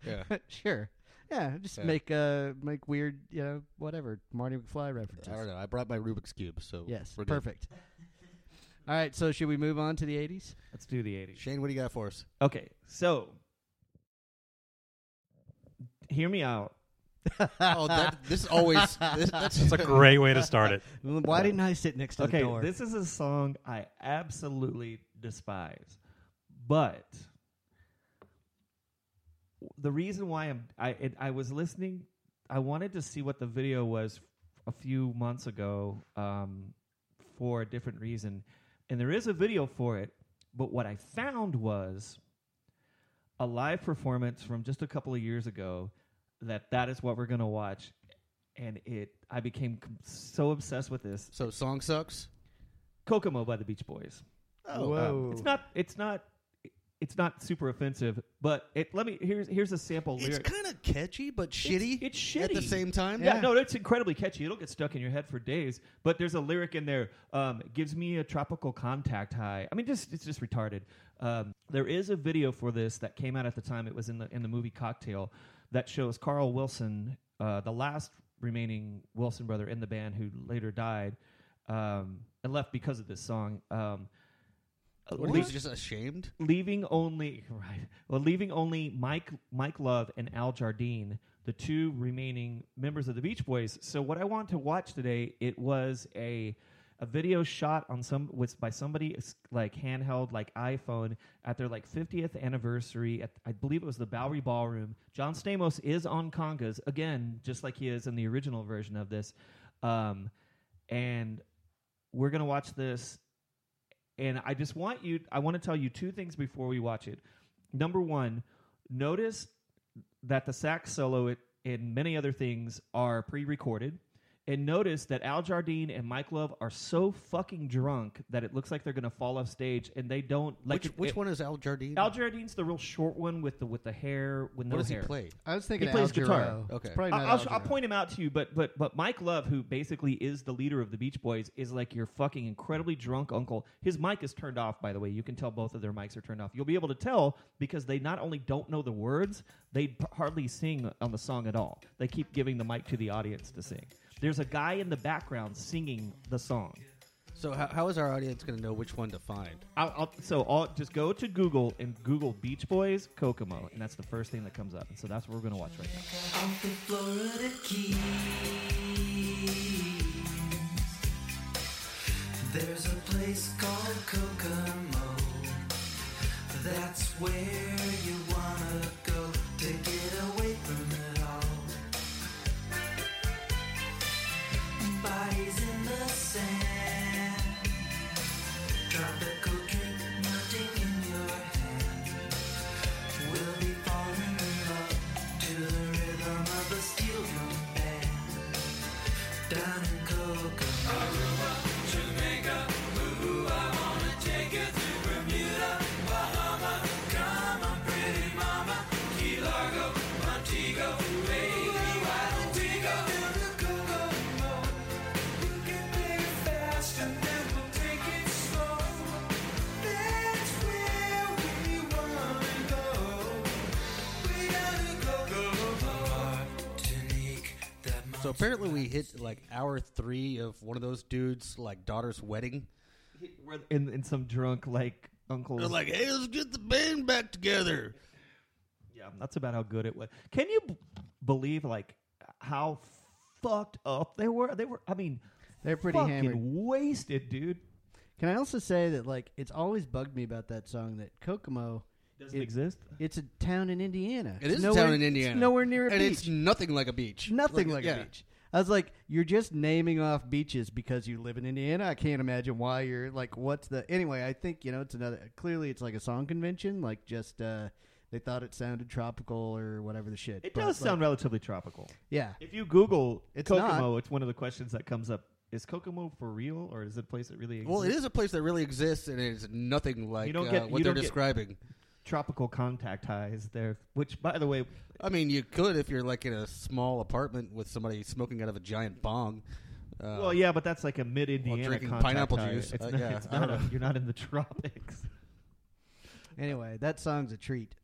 A: yeah.
C: sure. Yeah, just
A: Yeah.
C: make uh make weird, you know, whatever Marty McFly
A: I don't
C: references.
A: know. I brought my Rubik's cube, so
C: Yes,
A: we're good.
C: perfect. All right, so should we move on to the '80s?
B: Let's do the '80s.
A: Shane, what do you got for us?
B: Okay, so hear me out.
A: *laughs* oh, that, this is always
C: *laughs*
A: this, that's
D: It's a great way to start it.
C: Why didn't I sit next to
B: Okay,
C: the door?
B: this is a song I absolutely despise, but the reason why I'm I it, I was listening, I wanted to see what the video was a few months ago, um, for a different reason, and there is a video for it, but what I found was a live performance from just a couple of years ago that that is what we're gonna watch, and it I became com- so obsessed with this
A: so song sucks.
B: Kokomo by the Beach Boys.
A: Oh,
B: Um,
C: Whoa.
B: it's not. It's not. It's not super offensive, but it. Let me. Here's here's a sample
A: it's
B: lyric.
A: kind of catchy but shitty.
B: it's
A: at the
B: shitty.
A: same time.
B: yeah, no, it's incredibly catchy. It'll get stuck in your head for days. But there's a lyric in there. Um, it gives me a tropical contact high. I mean, just it's just retarded. Um, there is a video for this that came out at the time. It was in the in the movie Cocktail that shows Carl Wilson, uh, the last remaining Wilson brother in the band who later died um, and left because of this song. Um,
A: What, he's just ashamed.
B: leaving only *laughs* right well leaving only mike mike love and al jardine the two remaining members of the beach boys so what i want to watch today it was a a video shot on some was by somebody s- like handheld like iphone at their like 50th anniversary at i believe it was the bowery ballroom john stamos is on congas again just like he is in the original version of this um and we're gonna watch this and I just want you I want to tell you two things before we watch it. Number one, notice that the sax solo it, and many other things are pre-recorded. And notice that Al Jardine and Mike Love are so fucking drunk that it looks like they're gonna fall off stage, and they don't like
A: which
B: it-
A: which
B: it-
A: one is Al Jardine?
B: Al Jardine's the real short one with the with the hair with no
A: what does
B: hair.
A: he play?
C: I was thinking
B: He plays
C: Al
B: guitar.
C: Jarreau. It's
A: Okay.
C: probably
B: I-
C: not
B: I'll,
C: Al
B: sh- I'll
C: Jarreau.
B: point him out to you, but but but Mike Love, who basically is the leader of the Beach Boys, is like your fucking incredibly drunk uncle. His mic is turned off, by the way. You can tell both of their mics are turned off. You'll be able to tell because they not only don't know the words, they p- hardly sing on the song at all. They keep giving the mic to the audience to sing. There's a guy in the background singing the song.
A: So how, how is our audience going to know which one to find?
B: I'll, I'll, so I'll just go to Google and Google Beach Boys Kokomo, and that's the first thing that comes up. And so that's what we're gonna watch right now.
E: off the Florida Keys. There's a place called Kokomo. That's where you wanna go to get away from it all. Bodies in the sand. Tropical drink melting in your hand. We'll be falling in love to the rhythm of a steel drum band. Down in Kokomo.
A: So apparently we hit like hour three of one of those dudes like daughter's wedding.
B: We're in, in some drunk like uncle.
A: They're like, hey, let's get the band back together.
B: Yeah, that's about how good it was. Can you b- believe like how fucked up they were? They were. I mean,
C: They're pretty
B: fucking
C: hammered.
B: wasted, dude.
C: Can I also say that like it's always bugged me about that song that Kokomo
B: Doesn't exist.
C: It's a town in Indiana.
A: It
C: It's
A: is
C: nowhere-
A: down in
C: it's
A: Indiana,
C: nowhere near a
A: and
C: beach.
A: it's nothing like a beach.
C: Nothing like,
A: yeah.
C: a beach. I was like, you're just naming off beaches because you live in Indiana. I can't imagine why you're like, what's the anyway? I think you know it's another. Clearly, it's like a song convention. Like just uh, they thought it sounded tropical or whatever the shit.
B: It
C: But,
B: does
C: like,
B: sound relatively tropical.
C: Yeah,
B: If you Google
C: It's
B: Kokomo, it's one of the questions that comes up. Is Kokomo for real, or is it a place that really exists?
A: Well, it is a place that really exists, and it's nothing like
B: don't
A: uh,
B: get-
A: what
B: you
A: they're
B: don't get-
A: describing.
B: tropical contact highs there. Which, by the way,
A: I mean, you could if you're like in a small apartment with somebody smoking out of a giant bong. Uh,
B: well, yeah, but that's like a mid-Indiana
A: drinking
B: contact
A: pineapple
B: high.
A: juice.
B: It's
A: Uh,
B: not,
A: yeah,
B: it's
A: I
B: not
A: don't
B: a-
A: know.
B: you're not in the *laughs* tropics.
C: Anyway, that song's a treat.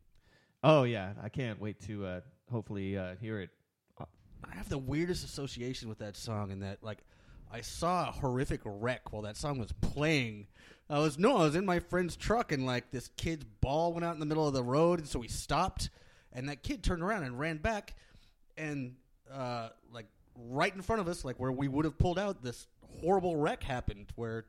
B: Oh yeah, I can't wait to uh, hopefully uh, hear it.
A: I have the weirdest association with that song, in that like I saw a horrific wreck while that song was playing. I was no, I was in my friend's truck, and like this kid's ball went out in the middle of the road, and so we stopped, and that kid turned around and ran back, and uh, like right in front of us, like where we would have pulled out, this horrible wreck happened where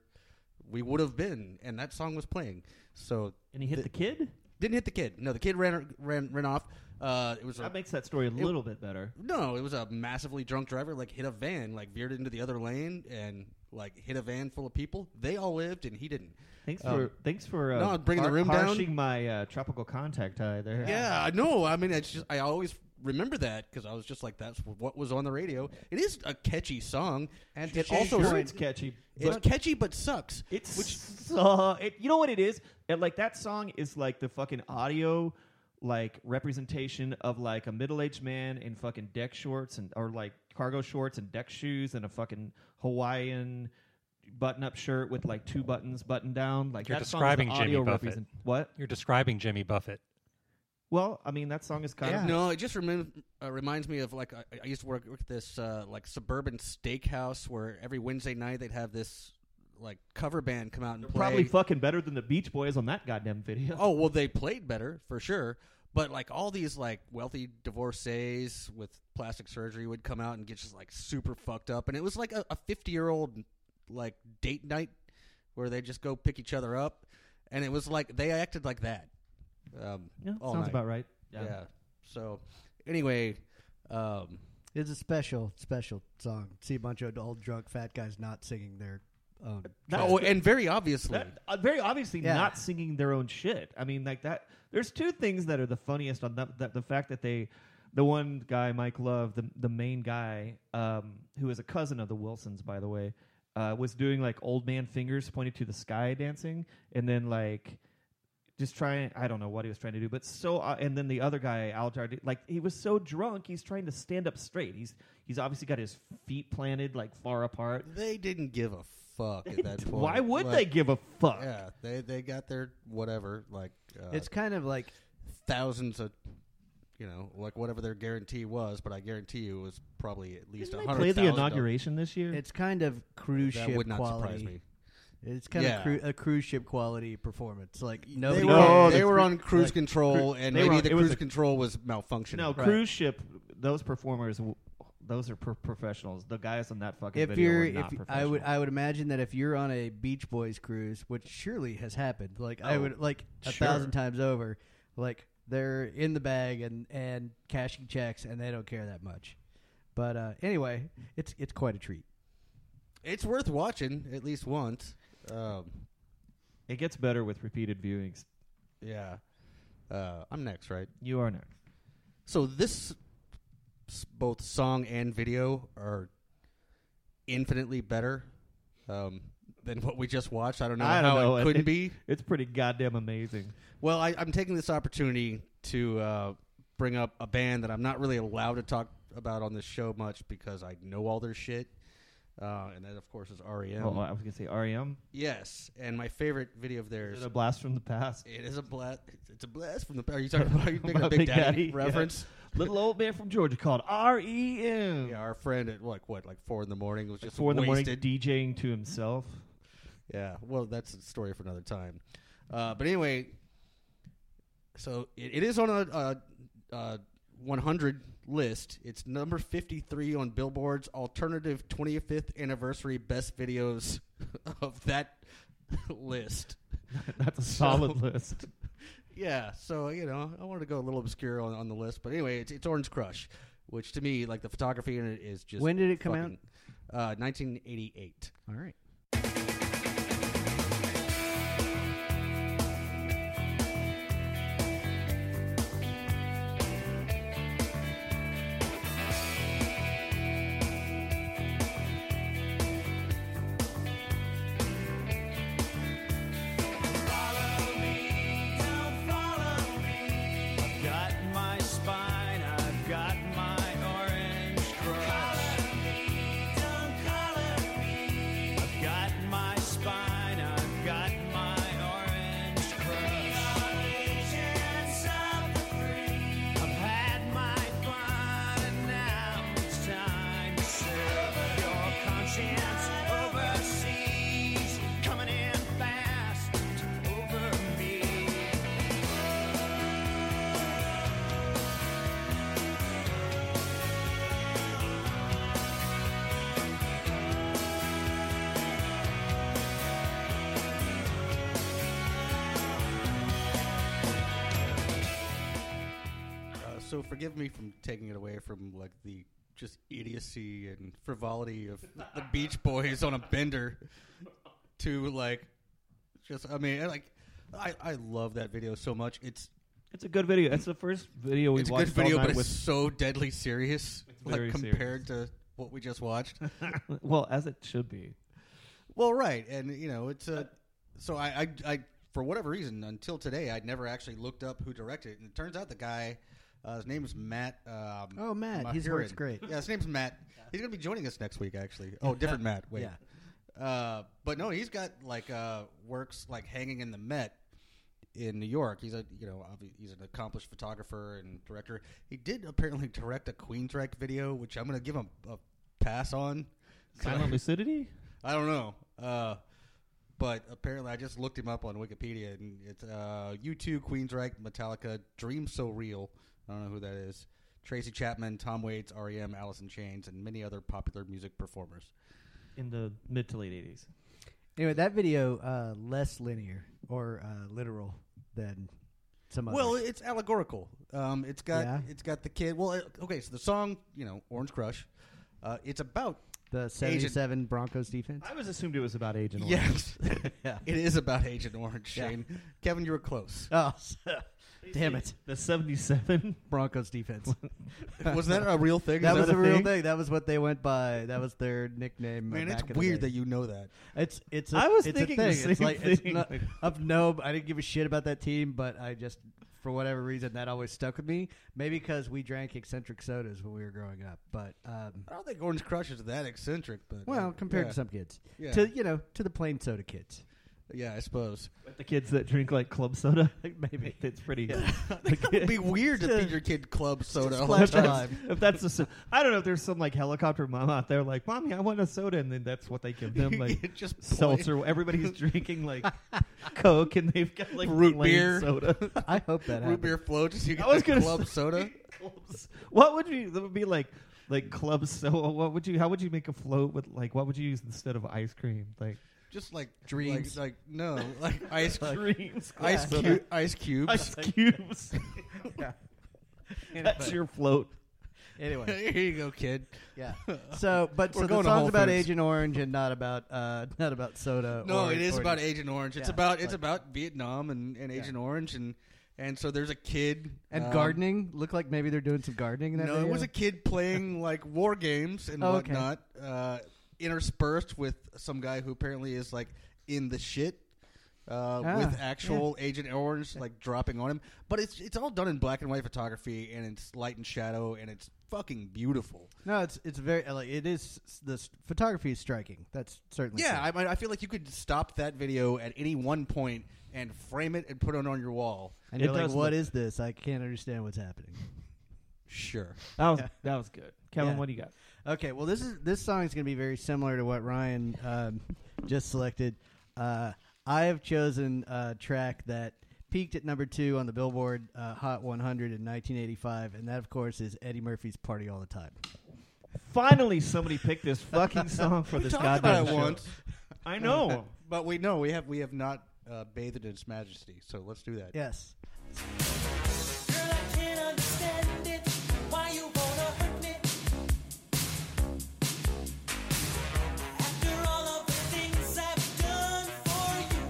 A: we would have been, and that song was playing. So
B: And he hit the, kid.
A: didn't hit the kid. No, the kid ran ran ran off. Uh, it was a,
B: That makes that story a little bit better.
A: no, it was a massively drunk driver. Like hit a van, like veered into the other lane, and like hit a van full of people. They all lived, and he didn't.
B: Thanks
A: Um,
B: for thanks for uh,
A: no, bringing the
B: har-
A: room down.
B: harshing my uh, tropical contact tie there.
A: Yeah, I know. I mean, it's just I always remember that because I was just like, that's what was on the radio. It is a catchy song, and it also
B: sure it's catchy.
A: it's
B: but
A: catchy but sucks.
B: It's so it, you know what it is? It, like that song is like the fucking audio like representation of like a middle-aged man in fucking deck shorts and or like cargo shorts and deck shoes and a fucking Hawaiian button-up shirt with like two buttons buttoned down. Like
D: You're
B: that song is the
D: describing Jimmy
B: audio
D: Buffett.
B: represent- What?
D: *laughs* You're describing Jimmy Buffett.
B: Well, I mean that song is kind of
A: No, it just remem- uh, reminds me of like I, I used to work with this uh, like suburban steakhouse where every Wednesday night they'd have this like cover band come out and play.
B: probably fucking better than the Beach Boys on that goddamn video.
A: oh well, they played better for sure. But like all these like wealthy divorcees with plastic surgery would come out and get just like super fucked up, and it was like a fifty year old like date night where they just go pick each other up, and it was like they acted like that. Um,
B: yeah,
A: all
B: sounds
A: night.
B: about right.
A: Yeah. So anyway, um,
C: It's a special, special song. See a bunch of old drunk fat guys not singing their own.
B: That-
A: oh, and very obviously,
B: That, uh, very obviously
C: Yeah.
B: not singing their own shit. I mean, like that. There's two things that are the funniest on that. that the fact that they, the one guy, Mike Love, the the main guy, um, who is a cousin of the Wilsons, by the way, uh, was doing like old man fingers pointed to the sky dancing, and then like. Just trying, I don't know what he was trying to do, but so, uh, and then the other guy, Al Jardi, like he was so drunk, he's trying to stand up straight. He's he's obviously got his feet planted like far apart.
A: they didn't give a fuck at that point.
B: *laughs* Why would
A: Like,
B: they give a fuck?
A: Yeah, they they got their whatever. Like uh,
C: It's kind of like
A: thousands of you know like whatever their guarantee was but i guarantee you it was probably at least
B: Didn't
A: a
B: they
A: hundred
B: play the inauguration this year?
C: it's kind of cruise
A: that
C: ship
A: would not
C: quality.
A: surprise me
C: It's kind
A: Yeah.
C: of cru- a cruise ship quality performance. Like
A: they
C: nobody.
A: were,
B: No,
A: on,
B: the
A: they were
B: cru-
A: on cruise
B: like,
A: control
B: cru-
A: and
B: they were
A: maybe
B: on-
A: the
B: it was
A: cruise
B: a-
A: control was malfunctioning
B: no cruise ship. Those performers, w- those are pro- professionals. The guys on that fucking
C: if
B: video
C: you're,
B: are
C: if
B: not
C: you- I
B: professional.
C: would, I would imagine that if you're on a Beach Boys cruise, which surely has happened, like I
A: Oh,
C: would, like a
A: sure.
C: thousand times over, like they're in the bag and and cashing checks, and they don't care that much. But uh, anyway, it's it's quite a treat.
A: it's worth watching at least once um,
B: it gets better with repeated viewings.
A: yeah uh, i'm next right
B: You are next.
A: So this, s- both song and video, are infinitely better um, than what we just watched. I don't know
B: I don't
A: how
B: know.
A: it couldn't be.
B: It's pretty goddamn amazing.
A: Well, I, I'm taking this opportunity to uh, bring up a band that I'm not really allowed to talk about on this show much because I know all their shit, uh, and that of course is REM.
B: Oh, I was gonna say REM.
A: Yes, and my favorite video of
B: Is
A: theirs.
B: it a blast from the
A: *laughs*
B: past?
A: It is a blast. It's a blast from the. Are you talking
B: *laughs*
A: about? Are you making a
B: About
A: Big,
B: Big
A: Daddy,
B: Daddy, yeah.
A: reference?
B: Little old man from Georgia called REM.
A: Yeah, our friend at like what, like four in the morning was just
B: Four in the morning,
A: wasted.
B: DJing to
A: *laughs*
B: himself. *laughs*
A: Yeah, well, that's a story for another time. Uh, but anyway, so it, it is on a, a, a 100 list. It's number 53 on Billboard's alternative 25th anniversary best videos *laughs* of that *laughs* list.
B: That's a
A: So-
B: solid list.
A: Yeah, so you know, I wanted to go a little obscure on, on the list, but anyway, it's, it's Orange Crush, which to me, like the photography in it is just.
C: When did it come out?
A: out? Uh, 1988.
C: All right.
E: I've got my spine, I've got my orange crush. I've
A: Uh, so forgive me from taking it away from like the just idiocy and frivolity of the Beach Boys on a bender to like just I mean like I, I love that video so much. It's
B: It's a good video. It's the first video we
A: it's a
B: watched
A: good video,
B: all night
A: but it's
B: with.
A: so deadly serious
B: very
A: like, compared to what we just watched.
B: *laughs* Well, as it should be.
A: Well, right, and you know it's a. So I, I, I, for whatever reason, until today, I'd never actually looked up who directed it, and it turns out the guy, uh, his name is Matt. Um,
C: Oh, Matt. He's worked
A: Mahiran.
C: great.
A: Yeah, his name's Matt. He's gonna be joining us next week, actually. Oh,
C: *laughs*
A: different Matt. Wait. Uh, but no, he's got like uh, works like hanging in the Met in New York. He's a you know obvi- he's an accomplished photographer and director. He did apparently *laughs* direct a Queen Trek video, which I'm gonna give him a pass on.
B: Silent lucidity.
A: I don't know. Uh, but apparently, I just looked him up on Wikipedia, and it's uh, U2, Queensryche, Metallica, Dream So Real. I don't know who that is. Tracy Chapman, Tom Waits, REM, Alice in Chains, and many other popular music performers.
B: in the mid to late eighties.
C: Anyway, that video uh, less linear or uh, literal than some
A: Well,
C: others.
A: it's allegorical. Um, it's got
C: Yeah.
A: it's got the kid. Well, it- okay, so the song, you know, Orange Crush. Uh, it's about
C: the seventy-seven Broncos defense.
B: I was assumed it was about Agent Orange.
A: yes, *laughs* it is about Agent Orange. Shane, Kevin, you were close.
C: Oh, *laughs* damn it,
B: the '77.
C: Broncos defense.
A: Was that a real thing?
C: that
A: Is
C: was
A: that
C: a real
B: thing?
C: thing? That was what they went by. That was their nickname. uh,
A: man, it's
C: back in the
A: weird
C: day.
A: that you know that.
C: It's it's. A,
B: I was
C: it's
B: thinking
C: a
B: the
C: thing. it's
B: same
C: like
B: thing.
C: It's not, of no, I didn't give a shit about that team, but I just for whatever reason that always stuck with me. Maybe because we drank eccentric sodas when we were growing up, but um,
A: I don't think Orange Crush is that eccentric, but
C: well,
A: uh,
C: compared
A: yeah.
C: to some kids,
A: Yeah.
C: to you know, to the plain soda kids,
A: Yeah, I
B: *laughs*
A: suppose.
B: With the kids that drink like club soda. *laughs* Maybe it's pretty.
A: *laughs*
B: The kid-
A: It'd be weird to feed your kid club soda all the
B: *laughs*
C: splash
B: if,
A: time.
B: that's, if that's the, so- I don't know if there's some like helicopter mom out there like, mommy, I want a soda, and then that's what they
A: *laughs*
B: give them
C: *laughs*
A: You
B: like
A: just play-
B: *laughs* seltzer.
A: *laughs*
B: Everybody's drinking like Coke, and they've got like
A: Root
B: plain
A: beer.
B: soda.
A: *laughs*
B: *laughs*
C: I hope that
A: root
C: happened.
A: beer floats. You get
B: was
A: the
B: gonna
A: club
B: say-
A: soda.
B: *laughs* Clubs. What would you? That would be like like club soda. What would you? How would you make a float with like? What would you use instead of ice cream? Like
A: Just like
C: Dreams.
A: Like, like no, *laughs*
C: *laughs*
A: like ice,
B: dreams.
A: ice,
B: club
A: cu- ice cubes.
B: Ice cubes. *laughs* That's your float.
A: *laughs* *laughs*
C: Anyway,
A: Here you go, kid. *laughs*
C: yeah. So, but
A: We're
C: so
A: going to
C: the
A: Whole
C: song's about
A: Foods.
C: Agent Orange and not about uh, not about soda.
A: No,
C: or-
A: it is
C: or
A: about
C: just-
A: Agent Orange. It's
C: Yeah,
A: about it's
C: like-
A: about Vietnam and, and Agent Orange and and so there's a kid
C: and
A: um,
C: gardening. Look like maybe they're doing some gardening. In that
A: No, it was a
C: video.
A: kid playing like war games and
C: Oh, okay.
A: whatnot, uh, interspersed with some guy who apparently is like in the shit. Uh,
C: Ah,
A: with actual Agent Orange like dropping on him, but it's it's all done in black and white photography, and it's light and shadow, and it's fucking beautiful.
C: no. It's it's very uh, like it is. The s- photography is striking. That's certainly
A: Yeah,
C: true.
A: I, mean, I feel like you could stop that video at any one point and frame it and put it on your wall.
C: And
B: It
C: you're like,
B: does
C: what
B: look-
C: is this? I can't understand what's happening.
A: Sure,
B: That was that was good. Kevin,
C: Yeah.
B: what do you got?
C: Okay, well, this is this song is going to be very similar to what Ryan um, just selected. Uh, I have chosen a track that peaked at number two on the Billboard uh, Hot 100 in 1985, and that, of course, is Eddie Murphy's "Party All the Time."
B: Finally, somebody picked this
A: *laughs*
B: fucking song for
A: we
B: this
A: talked
B: goddamn
A: about it
B: show.
A: once, Uh,
B: I know.
A: but we no, we have we have not uh, bathed in its majesty. So let's do that.
C: Yes,
E: Girl, I can't understand it. Why you wanna hurt me? After all of the things I've done for you,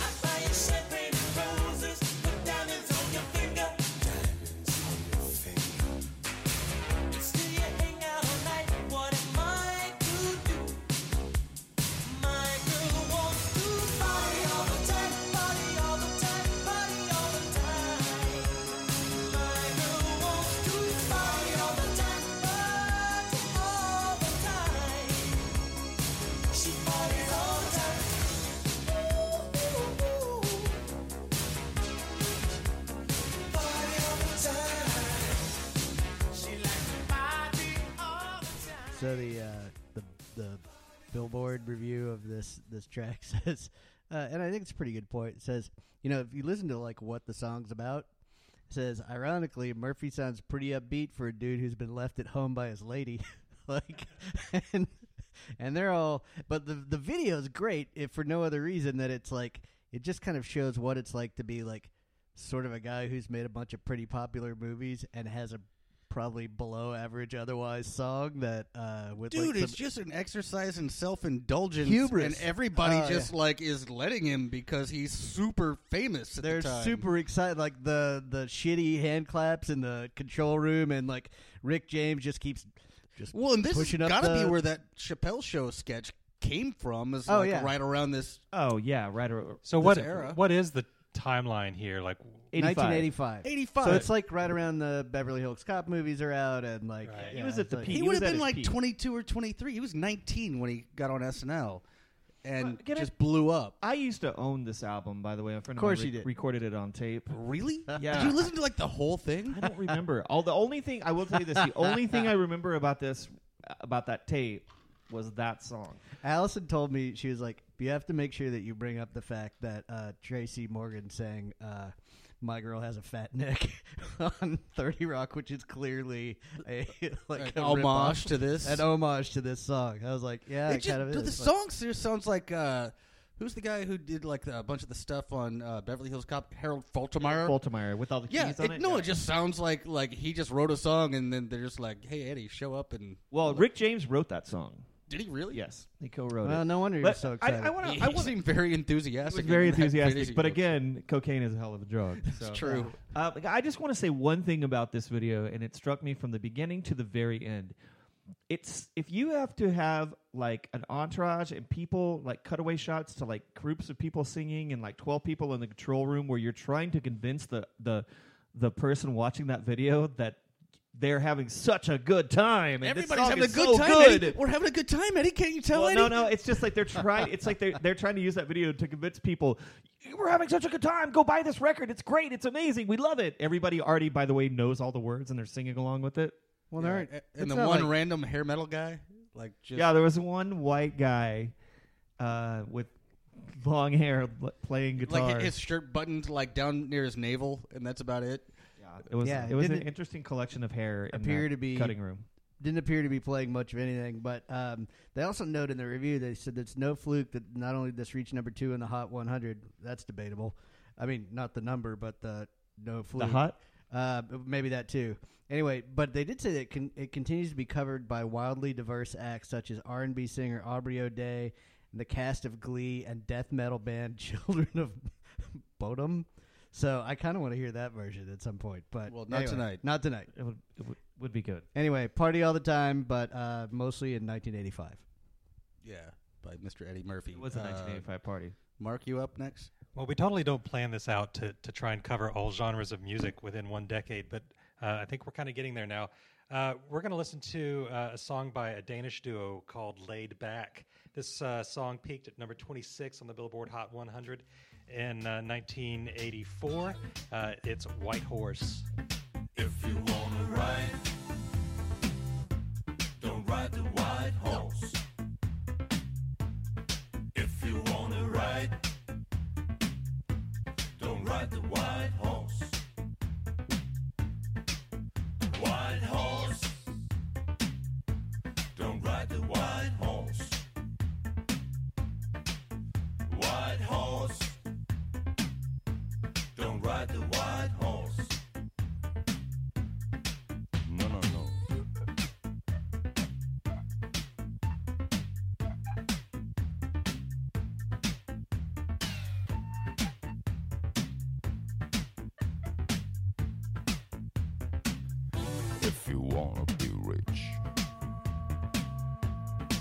E: I buy you champagne and roses, put diamonds on your finger. And still you hang out all night. What am I to do? My girl wants to party all the time, party all the time, party all the time. My girl wants to party all the time, party all the time. She parties all the time. Ooh, ooh, ooh. Party all the time. She likes to party all the time.
C: So the uh, the the Billboard review of this this track *laughs* says, uh, and I think it's a pretty good point. It says, you know, if you listen to like what the song's about, it says ironically Murphy sounds pretty upbeat for a dude who's been left at home by his lady, *laughs* like, and and they're all. But the the video is great if for no other reason that it's like it just kind of shows what it's like to be like sort of a guy who's made a bunch of pretty popular movies and has a probably below average otherwise song that uh with
A: Dude,
C: like
A: it's
C: some-
A: just an exercise in self indulgence,
C: Hubris.
A: and everybody
C: Oh,
A: just like is letting him because he's super famous. At the
C: they're
A: time.
C: super excited like the the shitty hand claps in the control room and like Rick James just keeps just
A: Well, and this has
C: pushing up
A: got to be
C: the-
A: where that Chappelle show sketch came from. Is
C: Oh,
A: like
C: yeah.
A: right around this.
B: Oh yeah, right. ar-
D: So what?
A: era.
D: What is the timeline here? Like,
B: 85.
C: 1985.
A: 85.
C: So it's like right around the Beverly Hills Cop movies are out, and like
D: Right.
B: He
C: yeah,
B: was at
C: it's
B: the
C: like-
B: peak.
A: he
B: He
A: would
B: was
A: have
B: at
A: been
B: his
A: like
B: peak.
A: 22 or 23. He was 19 when he got on SNL
B: Well,
A: and
B: can I-
A: just blew up.
B: I used to own this album, by the way. A friend
C: Of course
B: of mine
C: you did.
B: recorded it on tape.
C: *laughs*
A: Really?
B: Yeah.
A: Did you listen to like the whole thing?
B: I don't remember. All the only thing I will tell you this: the only thing I remember about this, about that tape, was that song.
C: Allison told me she was like, "You have to make sure that you bring up the fact that uh, Tracy Morgan sang." Uh, my girl has a fat neck *laughs* on Thirty Rock, which is clearly a *laughs* like
A: An
C: a
A: homage
C: ripoff.
A: to this?
C: an homage to this song. I was like, "Yeah,
A: It
C: it,
A: just-
C: kind of
A: dude,
C: is."
A: the
C: Like,
A: song ser- sounds like uh, who's the guy who did like a bunch of the stuff on uh, Beverly Hills Cop? Harold Faltermeyer.
B: Voltemeyer with all the keys
A: yeah,
B: on
A: it-
B: it.
A: no,
B: Yeah.
A: it just sounds like like he just wrote a song and then they're just like, "Hey Eddie, show up!" And
B: well, Rick James wrote that song.
A: did he really?
B: Yes, he co-wrote
C: Well,
B: it.
C: no wonder you're
B: But
C: so
B: I-
C: excited.
B: I want *laughs*
A: He,
B: to. I
A: he
B: want
A: seemed very enthusiastic.
B: was very
A: in that
B: enthusiastic,
A: video.
B: but again, cocaine is a hell of a drug. So.
A: it's true.
B: Uh, like, I just want to say one thing about this video, and it struck me from the beginning to the very end. It's if you have to have like an entourage and people like cutaway shots to like groups of people singing and like twelve people in the control room where you're trying to convince the the the person watching that video that they're having such a good time. And this
A: Everybody's
B: song
A: having a
B: is
A: good
B: so
A: time.
B: good.
A: Eddie. We're having a good time, Eddie. Can't you tell,
B: Well,
A: Eddie?
B: no, no. It's just like they're trying. It's like they're they're trying to use that video to convince people. We're having such a good time. Go buy this record. It's great. It's amazing. We love it. Everybody already, by the way, knows all the words and they're singing along with it.
C: well,
A: Yeah,
C: there
A: a-
C: aren't- it's
A: and the
C: not
A: one
C: like-
A: random hair metal guy, like just
B: Yeah, there was one white guy uh, with long hair l- playing guitar.
A: like his shirt buttoned like down near his navel, and that's about it.
B: yeah, it was
C: Yeah,
B: it was an
C: didn't it
B: interesting collection of hair. in
C: appear
B: that
C: to be-
B: cutting room.
C: didn't appear to be playing much of anything. But um, they also note in the review they said it's no fluke that not only did this reach number two in the Hot 100. That's debatable. I mean, not the number, but the no fluke.
B: The hut.
C: Uh, maybe that too. Anyway, but they did say that it, con- it continues to be covered by wildly diverse acts such as R&B singer Aubrey O'Day, the cast of Glee, and death metal band *laughs* Children of Bodom. So I kind of want to hear that version at some point, but
A: Well, not
C: anyway,
A: tonight.
C: Not tonight.
B: It would, it would, would be good.
C: Anyway, party all the time, but uh, mostly in 1985.
A: Yeah, by Mr. Eddie Murphy.
B: It was a
A: Uh,
B: 1985 party.
A: Mark, you up next?
D: well, we totally don't plan this out to to try and cover all genres of music within one decade, but uh, I think we're kind of getting there now. Uh, we're going to listen to uh, a song by a Danish duo called "Laid Back." This uh, song peaked at number 26 on the Billboard Hot 100 in uh, 1984. Uh, it's "White Horse."
E: If you wanna ride, don't ride the white horse. If you wanna ride, don't ride the white horse. White horse, don't ride the white horse. White horse, don't ride the white horse. No, no, no. If you wanna be rich,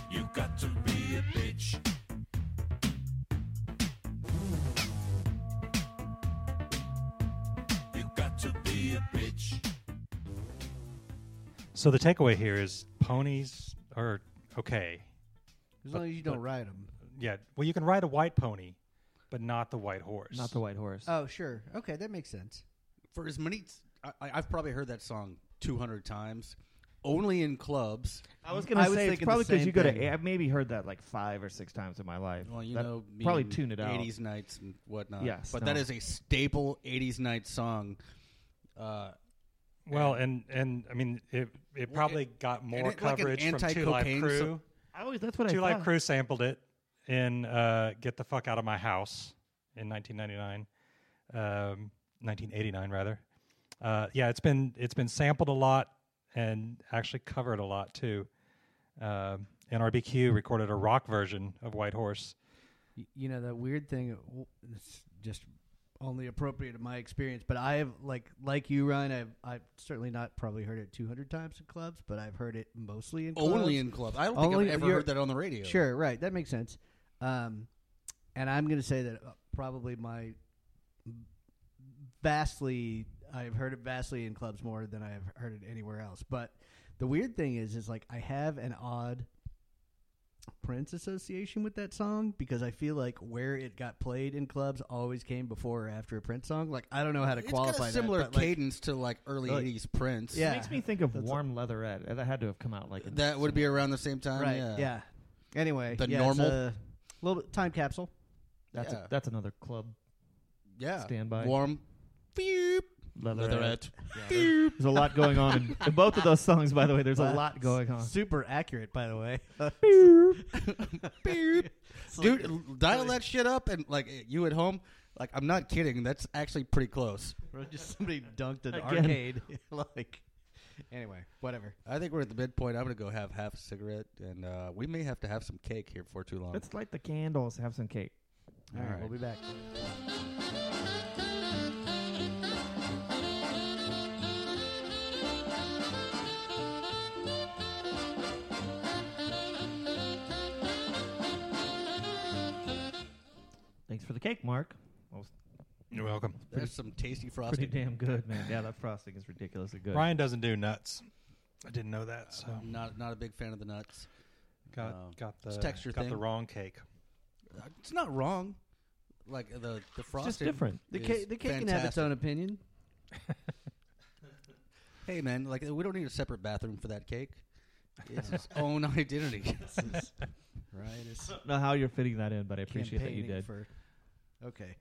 E: you got to be a bitch. You got to be a bitch.
D: So the takeaway here is ponies are okay.
C: As
D: But-
C: long as you don't
D: but-
C: ride them.
D: Yeah, well, you can ride a white pony, but not the white horse.
B: Not the White Horse.
C: Oh, sure. Okay, that makes sense.
A: For as many, I, I- I've probably heard that song 200 times, only in clubs.
B: I was gonna
C: I was
B: say it's
C: thinking
B: probably
C: the
B: because
C: same
B: you go
C: thing.
B: to. I've maybe heard that like five or six times in my life.
A: Well, you
B: That-
A: know, me
B: probably
A: and
B: tune it out.
A: 80s nights and whatnot.
B: Yes,
A: but
B: no.
A: that is a staple 80s night song. Uh,
D: Well, and and I mean, it it probably got more
A: it like an
D: coverage from Two Live
A: anti-cocaine
D: Crew.
A: so-
B: I always that's what
D: Two
B: I
D: Live
B: thought.
D: Crew sampled it in uh, "Get the Fuck Out of My House" in 1999. Um, 1989 rather. Uh, yeah, it's been it's been sampled a lot and actually covered a lot too. Um NRBQ recorded a rock version of White Horse.
C: Y- You know that weird thing. w- It's just only appropriate to my experience, but I have like like you, Ryan. I've I've certainly not probably heard it two hundred times in clubs, but I've heard it mostly in clubs.
A: Only in clubs. I don't think
C: Only-
A: I've ever
C: you're-
A: heard that on the radio.
C: Sure, right. That makes sense. Um, and I'm going to say that uh, probably my vastly, I've heard it vastly in clubs more than I've heard it anywhere else. But the weird thing is, is like I have an odd Prince association with that song because I feel like where it got played in clubs always came before or after a Prince song. Like I don't know how to
A: It's got
C: qualify
A: a
C: that,
A: similar
C: but, like,
A: cadence to like early
C: Like-
A: '80s Prince.
C: Yeah.
B: It makes me think of
C: That's a-
B: Warm Leatherette. That had to have come out like in
A: that would be around the same time.
C: right?
A: yeah.
C: Yeah. Anyway,
A: The
C: yeah, it's
A: normal-
C: a little bit, time capsule.
B: That's
A: Yeah.
B: a, that's another club
A: yeah.
B: Standby.
A: Warm. Beep.
B: Leatherette.
A: Leatherette.
B: There's a lot going
A: *laughs*
B: on in, in both of those songs. By the way, there's a lot going on.
C: Super accurate, by the way.
B: *laughs*
A: Beep. Dude,
C: Dude,
A: l- dial that shit up and like eh, you at home. Like I'm not kidding. That's actually pretty close.
C: just somebody dunked an
B: Again.
C: arcade. *laughs* like, anyway, whatever.
A: I think we're at the midpoint. I'm gonna go have half a cigarette, and uh, we may have to have some cake here before too long.
B: Let's light the candles, have some cake.
C: All right,
A: right.
C: we'll be back.
B: Thanks for the cake, Mark. That was
D: You're welcome.
A: There's some tasty
B: pretty
A: frosting.
B: damn good, man. Yeah, that frosting is ridiculously good.
D: Ryan doesn't do nuts. I didn't know that. So
A: I'm not not a big fan of the nuts.
D: got
A: um,
D: got the
A: it's texture
D: got the
A: thing.
D: wrong cake.
A: Uh, It's not wrong. Like the the
B: it's
A: frosting.
B: just different.
C: The,
A: is
C: ca- the cake can have its
A: fantastic.
C: own *laughs* opinion.
A: Hey man, like we don't need a separate bathroom for that cake. It's its own identity. *laughs*
C: Right? It's
B: I don't know how you're fitting that in, but I appreciate that you
C: campaigning
B: did.
C: For, okay.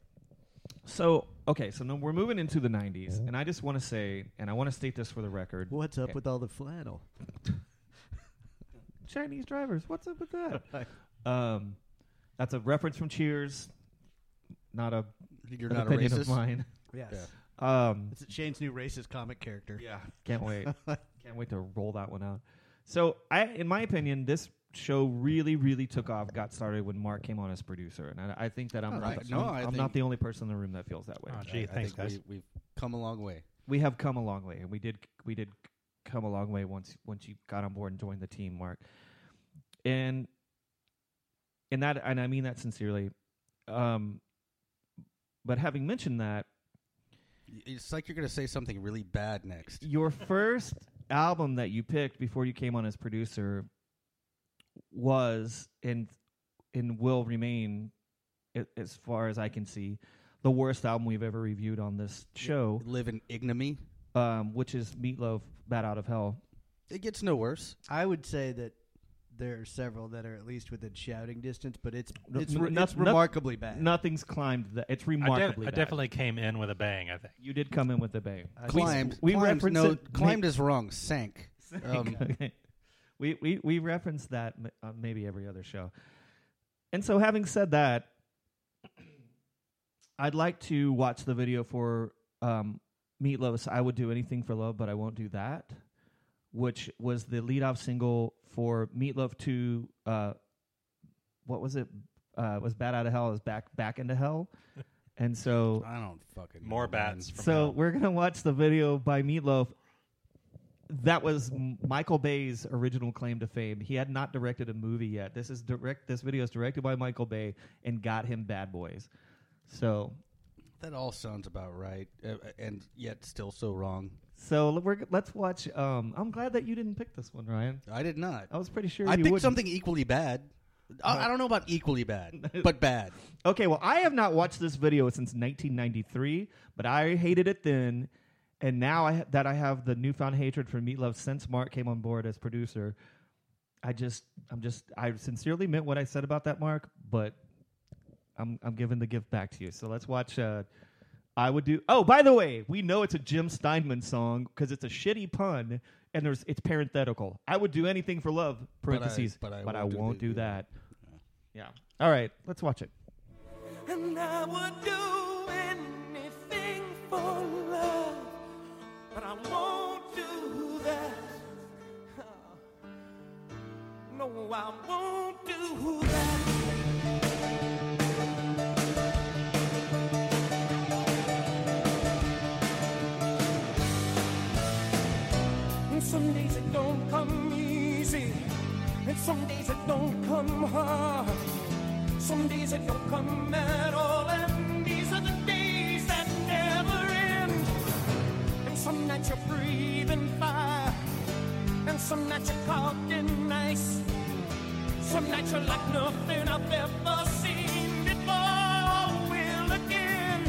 B: So, okay, so now we're moving into the 90s, and I just want to say, and I want to state this for the record
C: What's up
B: Okay.
C: with all the *laughs* flannel?
B: Chinese drivers, what's up with that? um, that's a reference from Cheers, not a,
A: You're
B: an
A: not a
B: opinion of
A: racist.
B: mine.
C: Yes.
A: Yeah. *laughs*
B: Um,
C: It's Shane's new racist comic character.
D: *laughs*
B: yeah, can't wait. can't wait to roll that one out. So, I, in my opinion, this show really, really took off, got started when Mark came on as producer, and I, I think that I'm,
A: Oh,
B: not,
A: right.
B: the,
A: No,
B: I'm,
A: I
B: I'm not
A: think-
B: the only person in the room that feels that way.
D: Oh,
A: I-
D: gee,
A: I
D: thanks,
A: think
D: guys.
A: We, we've come a long way.
B: we have come a long way, and we did we did come a long way once once you got on board and joined the team, Mark. And and that and I mean that sincerely. Um, but having mentioned that,
A: Y- It's like you're gonna say something really bad next.
B: your first album that you picked before you came on as producer was and and will remain, a- as far as I can see, the worst album we've ever reviewed on this show,
A: Live in ignominy.
B: um, which is Meatloaf "Bad Out of Hell."
A: It gets no worse.
C: I would say that there are several that are at least within shouting distance, but it's
B: No-
C: it's,
B: no-
C: re-
B: no-
C: it's
B: no-
C: remarkably bad.
B: Nothing's climbed that. It's
D: I, def-
B: remarkably.
D: I
B: bad.
D: definitely came in with a bang. I think.
B: You did come in with a bang.
C: I-
A: Climbed.
B: we
A: climbed,
B: reference
A: no,
B: it-
A: climbed is wrong. Sank.
B: *laughs*
A: Um,
B: Okay. we we we reference that m- uh, maybe every other show. And so, having said that, I'd like to watch the video for um, Meatloaf's "I Would Do Anything for Love, But I Won't Do That," which was the lead-off single for Meatloaf to uh, what was it? Uh, it was "Bad Out of Hell" it was back back into hell,
D: *laughs*
B: and so
A: I don't fucking.
D: More
A: know, man.
D: bats. From
B: so
D: hell.
B: we're gonna watch the video by Meatloaf. That was M- Michael Bay's original claim to fame. He had not directed a movie yet. This is direct. This video is directed by Michael Bay and got him Bad Boys. So,
A: That all sounds about right, uh, and yet still so wrong.
B: so l- we're, g- let's watch. Um, I'm glad that you didn't pick this one, Ryan.
A: I did not.
B: I was pretty sure
A: I
B: you
A: picked
B: would
A: something equally bad. I, I don't know about equally bad, but bad.
B: Okay, well, I have not watched this video since 1993, but I hated it then, and now I, that I have the newfound hatred for Meatloaf since Mark came on board as producer, I just, I'm just, I sincerely meant what I said about that, Mark, but I'm, I'm giving the gift back to you. So let's watch. Uh, I would do. Oh, by the way, we know it's a Jim Steinman song because it's a shitty pun, and there's it's parenthetical. I would do anything for love. Parentheses, but I, won't, do,
A: the-
B: that. Yeah. All right, let's watch it.
E: And I would do anything for *laughs* I won't do that. And some days it don't come easy, and some days it don't come hard. Some days it don't come at all, and these are the days that never end. And some nights you're breathing fire, and some nights you're talking nice. Some nights you're like nothing I've ever seen before. Will again.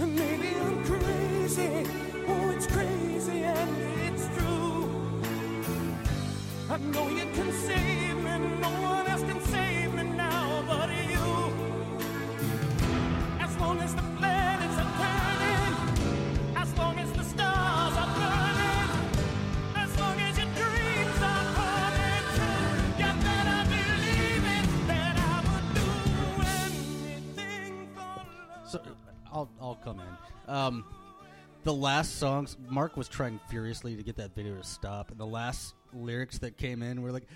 E: And maybe I'm crazy. Oh, it's crazy and it's true. I know you can save me. No one else can save me now but you. As long as the planets are turning, as long as the stars are burning, as long as your dreams are burning true, you better believe it that I would do anything for love.
A: So I'll I'll come in. Um, the last songs Mark was trying furiously to get that video to stop, and the last lyrics that came in were like,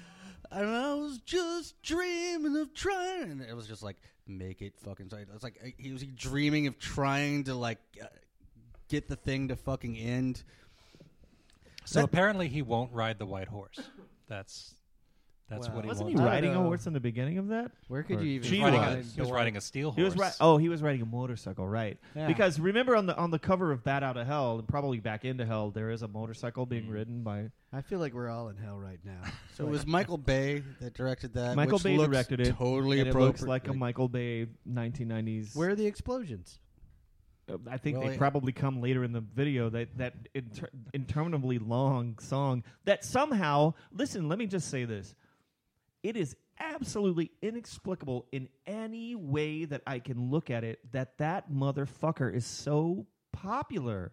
A: "And I was just dreaming of trying," and it was just like, "Make it fucking." Sorry. It's like uh, he was dreaming of trying to like uh, get the thing to fucking end.
D: So apparently he won't ride the white horse. That's that's
C: Wow.
D: what he
B: Wasn't he
D: won't.
C: I don't
B: riding a
C: know.
B: horse in the beginning of that?
C: Where could
B: Or
C: you even
B: cheating.
D: riding
C: find
D: a, he was
C: the
D: riding a steel horse.
B: He was ri- oh, he was riding a motorcycle, right?
C: Yeah.
B: Because remember on the on the cover of Bat Out of Hell and probably Back into Hell, there is a motorcycle being ridden by
C: I feel like we're all in hell right now. *laughs*
A: So it was Michael Bay that directed that.
B: Michael
A: which
B: Bay
A: looks
B: directed it.
A: Totally
B: and it
A: appropriate.
B: looks like a Michael Bay 1990s.
C: Where are the explosions?
B: Uh, I think
A: Well,
B: they
A: it-
B: probably come later in the video. That that inter- interminably long song that somehow listen. Let me just say this: it is absolutely inexplicable in any way that I can look at it that that motherfucker is so popular.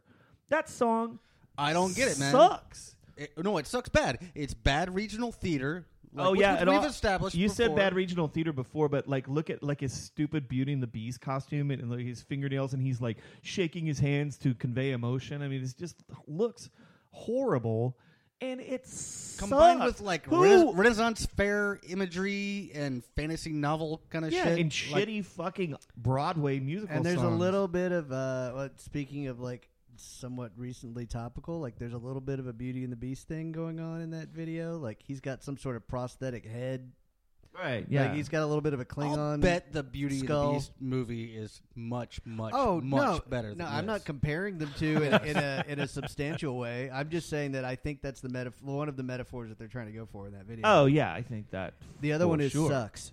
B: That song
A: I don't get it, man.
B: Sucks.
A: It- no, it sucks bad. It's bad regional theater. like,
B: oh
A: which
B: yeah,
A: we-
B: it
A: we've
B: all-
A: established.
B: You said
A: before.
B: bad regional theater before, but like look at like his stupid Beauty and the Beast costume and, and like, his fingernails, and he's like shaking his hands to convey emotion. I mean, it just looks horrible, and it's
A: combined with like rena- Renaissance fair imagery and fantasy novel kind of
B: yeah,
A: shit.
B: and
A: Like,
B: shitty fucking Broadway musical.
C: And there's a
B: songs.
C: little bit of uh, what- speaking of like somewhat recently topical, like there's a little bit of a Beauty and the Beast thing going on in that video. Like he's got some sort of prosthetic head.
B: right, yeah.
C: Like he's got a little bit of a Klingon.
A: I'll bet the Beauty and
C: skull.
A: the Beast movie is much, much,
C: Oh
A: much
C: no,
A: better.
C: No,
A: than
C: I'm
A: this.
C: not comparing them to in, in a
A: *laughs*
C: in a substantial way. I'm just saying that I think that's the metaf- one of the metaphors that they're trying to go for in that video.
B: oh yeah, I think that
C: the other
B: for
C: one is
B: sure.
C: sucks.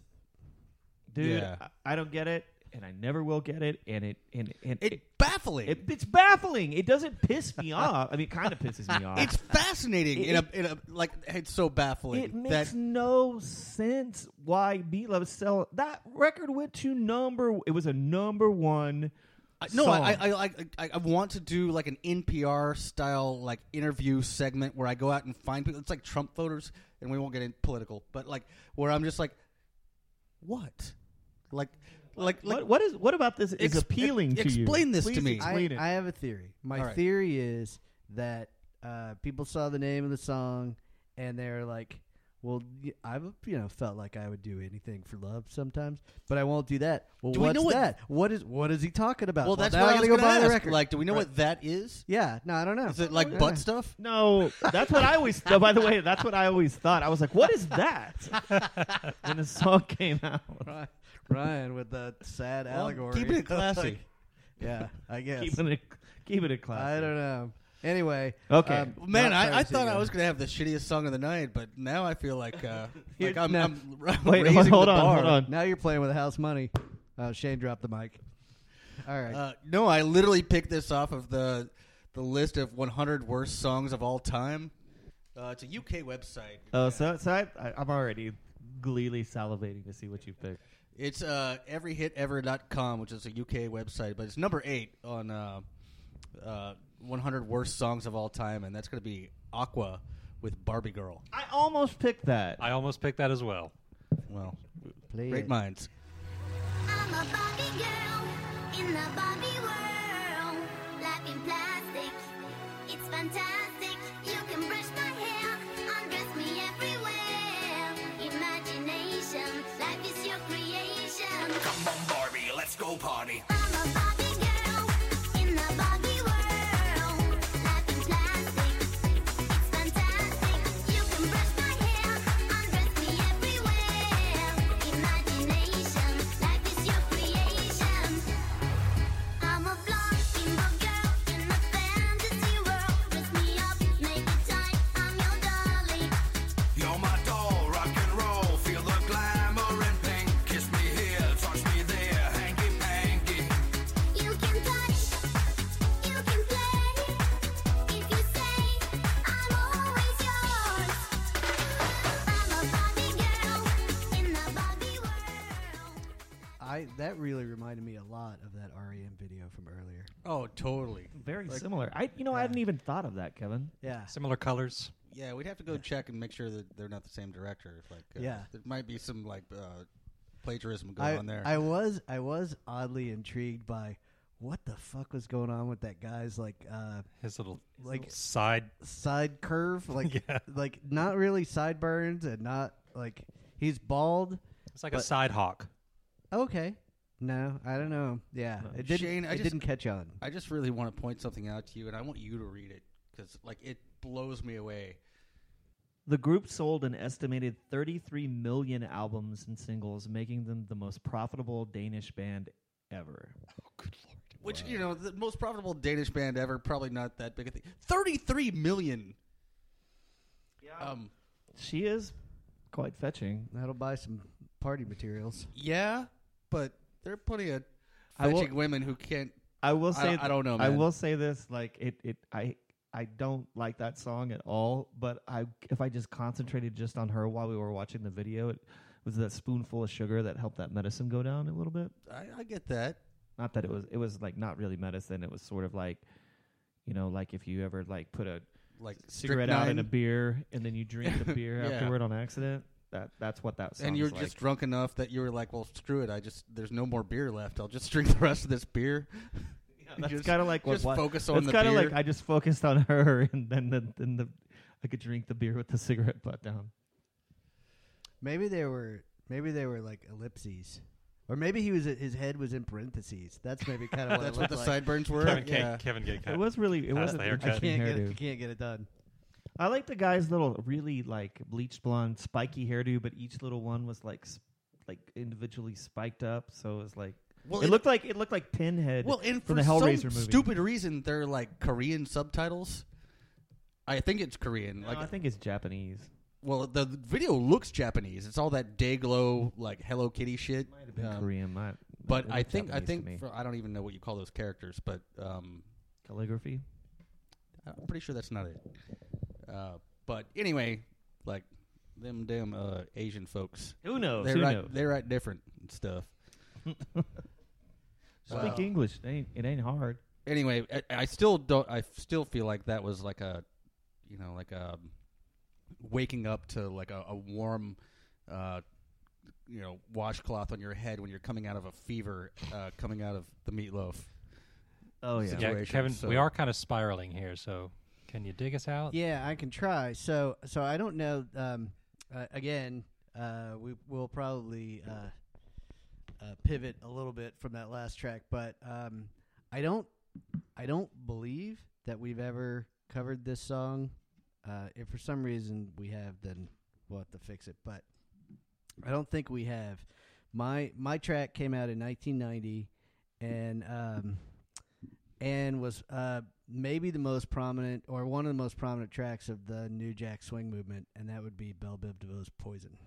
B: dude.
A: Yeah.
B: I, I don't get it, and I never will get it, and it and and
A: It's baffling.
B: It, it's baffling. It doesn't piss
A: *laughs*
B: me off. I mean, it kind of pisses me off.
A: it's fascinating.
B: *laughs* It-
A: in a, in a, like it's so baffling
B: it makes
A: that
B: no sense why Meatloaf sell that record went to number. It was a number one.
A: I- no,
B: song.
A: I, I, I, I, I want to do like an NPR style like interview segment where I go out and find people. It's like Trump voters, and we won't get in political, but like where I'm just like, what, like, like, like
B: what, what is what about this is
A: Ex-
B: appealing to you?
A: explain this to
B: Please
A: me.
B: Explain
C: I,
B: it.
C: I have a theory. My
A: All right.
C: theory is that uh, people saw the name of the song and they're like, "Well, y- I've you know felt like I would do anything for love sometimes, but I won't do that." Well,
A: Do we
C: what's
A: know what-
C: that? What is what is he talking about?
A: Well, that's
C: now
A: what
C: I
A: I was
C: gotta go
A: gonna
C: buy the
A: ask.
C: record.
A: Like, do we know
C: Right.
A: what that is?
C: Yeah, no, I don't know.
A: Is it
B: Oh,
A: like butt stuff?
B: no, that's what I always. *laughs* no, by the way, that's what I always thought. I was like, "What is that?" when the song came out,
C: *laughs* Ryan- Ryan with the sad allegory?
A: keeping
C: *laughs*
A: it classy.
C: yeah,
A: *laughs*
C: I guess.
B: keeping it keeping it classy.
C: I don't know. Anyway, um,
B: Okay.
A: Man,
C: not
A: I, I
C: Pirates
A: thought
C: Ego.
A: I was gonna have the shittiest song of the night, but now I feel like,
C: *laughs*
A: uh, like I'm,
C: No.
A: I'm, *laughs* ra-
B: Wait,
A: raising
B: hold- hold
A: the
B: on,
A: bar.
B: hold on.
C: Now you're playing with house money. Uh, Shane dropped the mic. All right.
A: Uh, no, I literally picked this off of the the list of 100 worst songs of all time. Uh, it's a UK website.
B: Oh, so so I, I, I'm already gleefully salivating to see what you pick.
A: It's uh, everyhitever.com, which is a UK website, but it's number eight on uh, uh, 100 worst songs of all time, and that's gonna be Aqua with Barbie Girl.
B: I almost picked that.
D: I almost picked that as well.
A: Well,
C: Play
A: great
C: it.
A: minds.
F: I'm a Barbie girl in the Barbie world. Life in plastic, it's fantastic. You can brush my hair, undress me everywhere. In
C: that really reminded me a lot of that REM video from earlier.
A: Oh, totally.
B: Very similar. I you know I hadn't even thought of that, Kevin.
C: Yeah.
D: Similar colors.
A: Yeah, we'd have to go check and make sure that they're not the same director. If like, uh,
C: Yeah.
A: there might be some like uh, plagiarism going
C: I,
A: on there.
C: I was I was oddly intrigued by what the fuck was going on with that guy's like uh
D: His little
C: Like-
D: like side. *laughs*
A: *laughs*
C: side curve like
D: Yeah.
C: like not really sideburns and not like he's bald.
D: It's like a
C: But-
D: side hawk.
C: Okay. No, I don't know. Yeah,
B: No.
C: it didn't.
A: Uh, Shane, I
C: it
A: just-
C: didn't catch on.
A: I just really want to point something out to you, and I want you to read it because like it blows me away.
B: The group sold an estimated 33 million albums and singles, making them the most profitable Danish band ever.
A: Which you know, the most profitable Danish band ever. Probably not that big a thing. Thirty-three million. Yeah. Um.
B: She is quite fetching.
C: That'll buy some party materials.
A: Yeah, but there are plenty of
B: I will-
A: fetching women who can't.
B: I will
A: I
B: say
A: don't- I don't know,
B: I
A: man.
B: will say this like it it I I don't like that song at all, but I if I just concentrated just on her while we were watching the video, it was that spoonful of sugar that helped that medicine go down a little bit.
A: I, I get that.
B: not that it was it was like not really medicine it was sort of like you know like if you ever like put a
A: Like
B: cigarette out in a
A: strychnine,
B: beer and then you drink the
A: *laughs*
B: beer
A: Yeah.
B: afterward on accident that that's what that sounds
A: and you're
B: like.
A: just drunk enough that you were like, "Well, screw it. I just there's no more beer left. I'll just *laughs* drink the rest of this beer." *laughs*
B: that's
A: just-
B: kind of like what,
A: just
B: what
A: focus on
B: it's
A: the
B: kinda
A: beer.
B: like i just focused on *laughs* her and then the, then the i could drink the beer with the cigarette butt down
C: Maybe they were. Maybe they were like ellipses, or maybe he was. His head was in parentheses. That's maybe
A: *laughs*
C: kind of what
A: That's
C: it
A: what
C: looked
A: the
C: like.
A: sideburns were.
D: Kevin,
A: yeah.
D: yeah. Kevin get
B: it
D: cut.
B: was really it
D: How's
B: was
D: the
B: an
D: haircut?
C: I
B: interesting
C: can't get.
B: hairdo
C: I can't get it done.
B: i like the guy's little really like bleached blonde spiky hairdo but each little one was like sp- like individually spiked up so it was like
A: Well,
B: it, looked like it looked like Pinhead
A: Well, and for
B: from the Hellraiser
A: some
B: movie.
A: stupid reason, they're like Korean subtitles. I think it's Korean.
B: No,
A: like,
B: I think it's Japanese.
A: well, the the video looks Japanese. It's all that day glow, like Hello Kitty shit. Um,
B: Korean, might.
A: But
B: it
A: I
B: looked
A: think I
B: Japanese to me.
A: think for, I don't even know what you call those characters, but um,
B: calligraphy.
A: I'm pretty sure that's not it. Uh, but anyway, like them damn uh, Asian folks,
B: Who knows?
A: they
B: Who
A: write
B: knows?
A: they write different and stuff.
B: Speak
A: Wow.
B: English. It ain't, it ain't hard.
A: anyway, I, I still don't. I still feel like that was like a, you know, like a waking up to like a, a warm, uh, you know, washcloth on your head when you're coming out of a fever, uh, coming out of the meatloaf.
B: Oh
A: yeah.
D: yeah,
A: situation,
D: Kevin,
A: so-
D: we are kind of spiraling here, so can you dig us out?
C: Yeah, I can try. So, so I don't know. Um, uh, again, uh, we will probably uh, uh, pivot a little bit from that last track, but um, I don't, I don't believe that we've ever covered this song. Uh, if for some reason we have, then we'll have to fix it. But I don't think we have. My my track came out in 1990, and um, and was uh, maybe the most prominent or one of the most prominent tracks of the New Jack Swing movement, and that would be Belle Biv DeVoe's "Poison."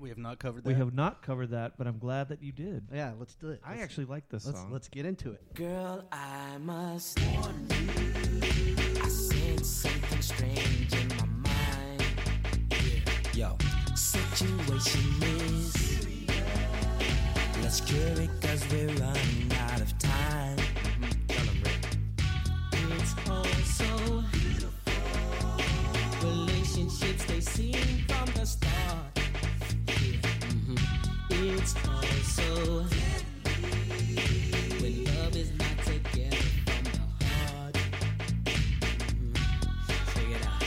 A: We have not covered that.
B: We have not covered that, but I'm glad that you did.
C: Yeah, let's do it.
B: I
C: Let's-
B: actually like this
C: let's
B: song.
C: let's get into it.
E: Girl, I must warn you. I sense something strange in my mind. Yo, situation is Let's cure it cause we're running out of time. It's all so beautiful. Relationships they seem from the start. Mm-hmm. It's all so when love is not together from the heart. Mhm. Check it out.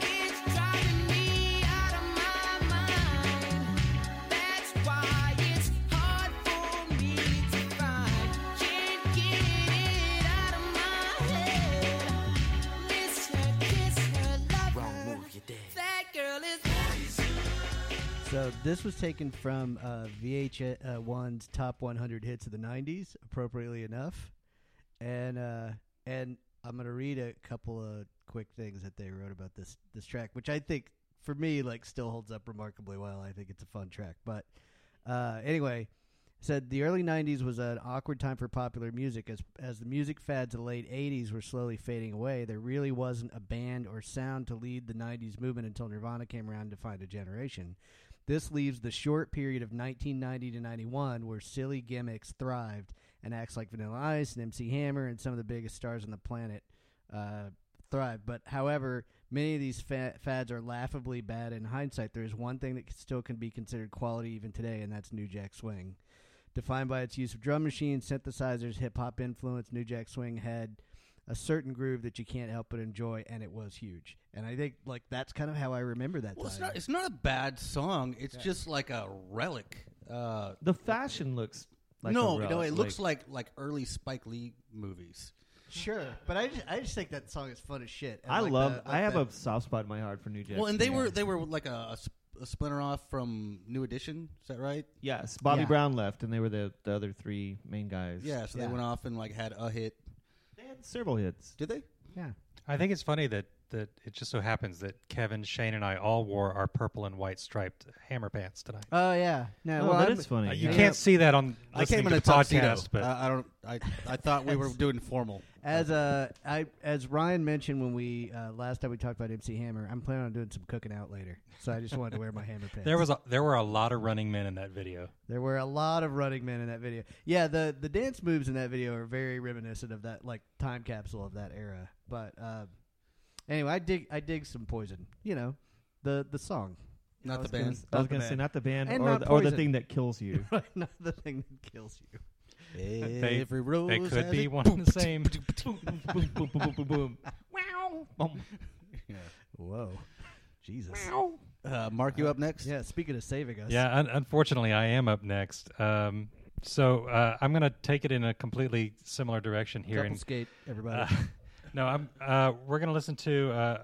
F: It's driving me out of my mind. That's why it's hard for me to find. Can't get it out of my head. Miss her, kiss her, love her. That girl is
C: So this was taken from uh, VH1's uh, one's top 100 hits of the 90s, appropriately enough, and uh, and I'm gonna read a couple of quick things that they wrote about this this track, which I think for me like still holds up remarkably well. I think it's a fun track, but uh, anyway, said the early 90s was an awkward time for popular music as as the music fads of the late 80s were slowly fading away there really wasn't a band or sound to lead the 90s movement until nirvana came around to find a generation This leaves the short period of 1990 to 91 where silly gimmicks thrived and acts like Vanilla Ice and MC Hammer and some of the biggest stars on the planet uh, thrive. But however, many of these fa- fads are laughably bad in hindsight. There is one thing that c- still can be considered quality even today, and that's New Jack Swing. Defined by its use of drum machines, synthesizers, hip hop influence, New Jack Swing had a certain groove that you can't help but enjoy, and it was huge. And I think like that's kind of how I remember that
A: Well, it's
C: time.
A: not, it's not a bad song. It's just like a relic. Uh,
B: The fashion looks like
A: no,
B: a
A: no,
B: relic,
A: it looks like like early Spike Lee movies.
C: sure, but I just, I just think that song is fun as shit. And
B: I
C: like
B: love.
C: the- like
B: I have
C: the-
B: a soft spot in my heart for New Jack.
A: well, and they
B: Swing.
A: were they were like a, a sp- a splinter off from New Edition. Is that right?
B: yes. Bobby
C: Yeah.
B: Brown left, and they were the, the other three main guys.
A: Yeah. So
C: Yeah.
A: they went off and like had a hit.
B: they had several hits.
A: Did they?
C: yeah.
D: I think it's funny that that it just so happens that Kevin, Shane, and I all wore our purple and white striped hammer pants tonight.
C: Oh yeah, no,
B: Oh,
C: well,
B: that
C: I'm-
B: is funny.
D: Uh, you
C: yeah.
D: can't see that on
A: I
D: listening
A: came in
D: to
A: a
D: the
A: tuxedo. uh,
D: podcast, but
A: I, I don't. I I thought we were doing formal.
C: As uh, I as Ryan mentioned when we uh, last time we talked about MC Hammer, I'm planning on doing some cooking out later, so I just wanted to wear my hammer pants.
D: there was a, there were a lot of running men in that video.
C: there were a lot of running men in that video. Yeah, the the dance moves in that video are very reminiscent of that like time capsule of that era. But uh, anyway, I dig I dig some poison. You know, the the song,
A: Not
C: I
A: the
C: was gonna
A: band.
C: s-
B: I was
C: Not the
B: gonna say
C: band.
B: not the band
C: And
B: or
C: not
B: the, or the
C: Poison.
B: thing that kills *laughs* you.
C: *laughs* not the thing that kills you.
D: They-
A: Every rose
D: They could
A: has
D: be
A: it.
D: one and the same.
B: boom, boom, boom, boom, boom, boom.
A: *laughs*
B: Wow. Boom.
C: Whoa, Jesus.
A: Uh, Mark, you up next?
C: Yeah, speaking of saving us,
D: Yeah, un- unfortunately, I am up next. Um, so uh, I'm going to take it in a completely similar direction here.
C: couple
D: And,
C: skate everybody.
D: uh, *laughs* no, I'm. Uh, we're going to listen to uh,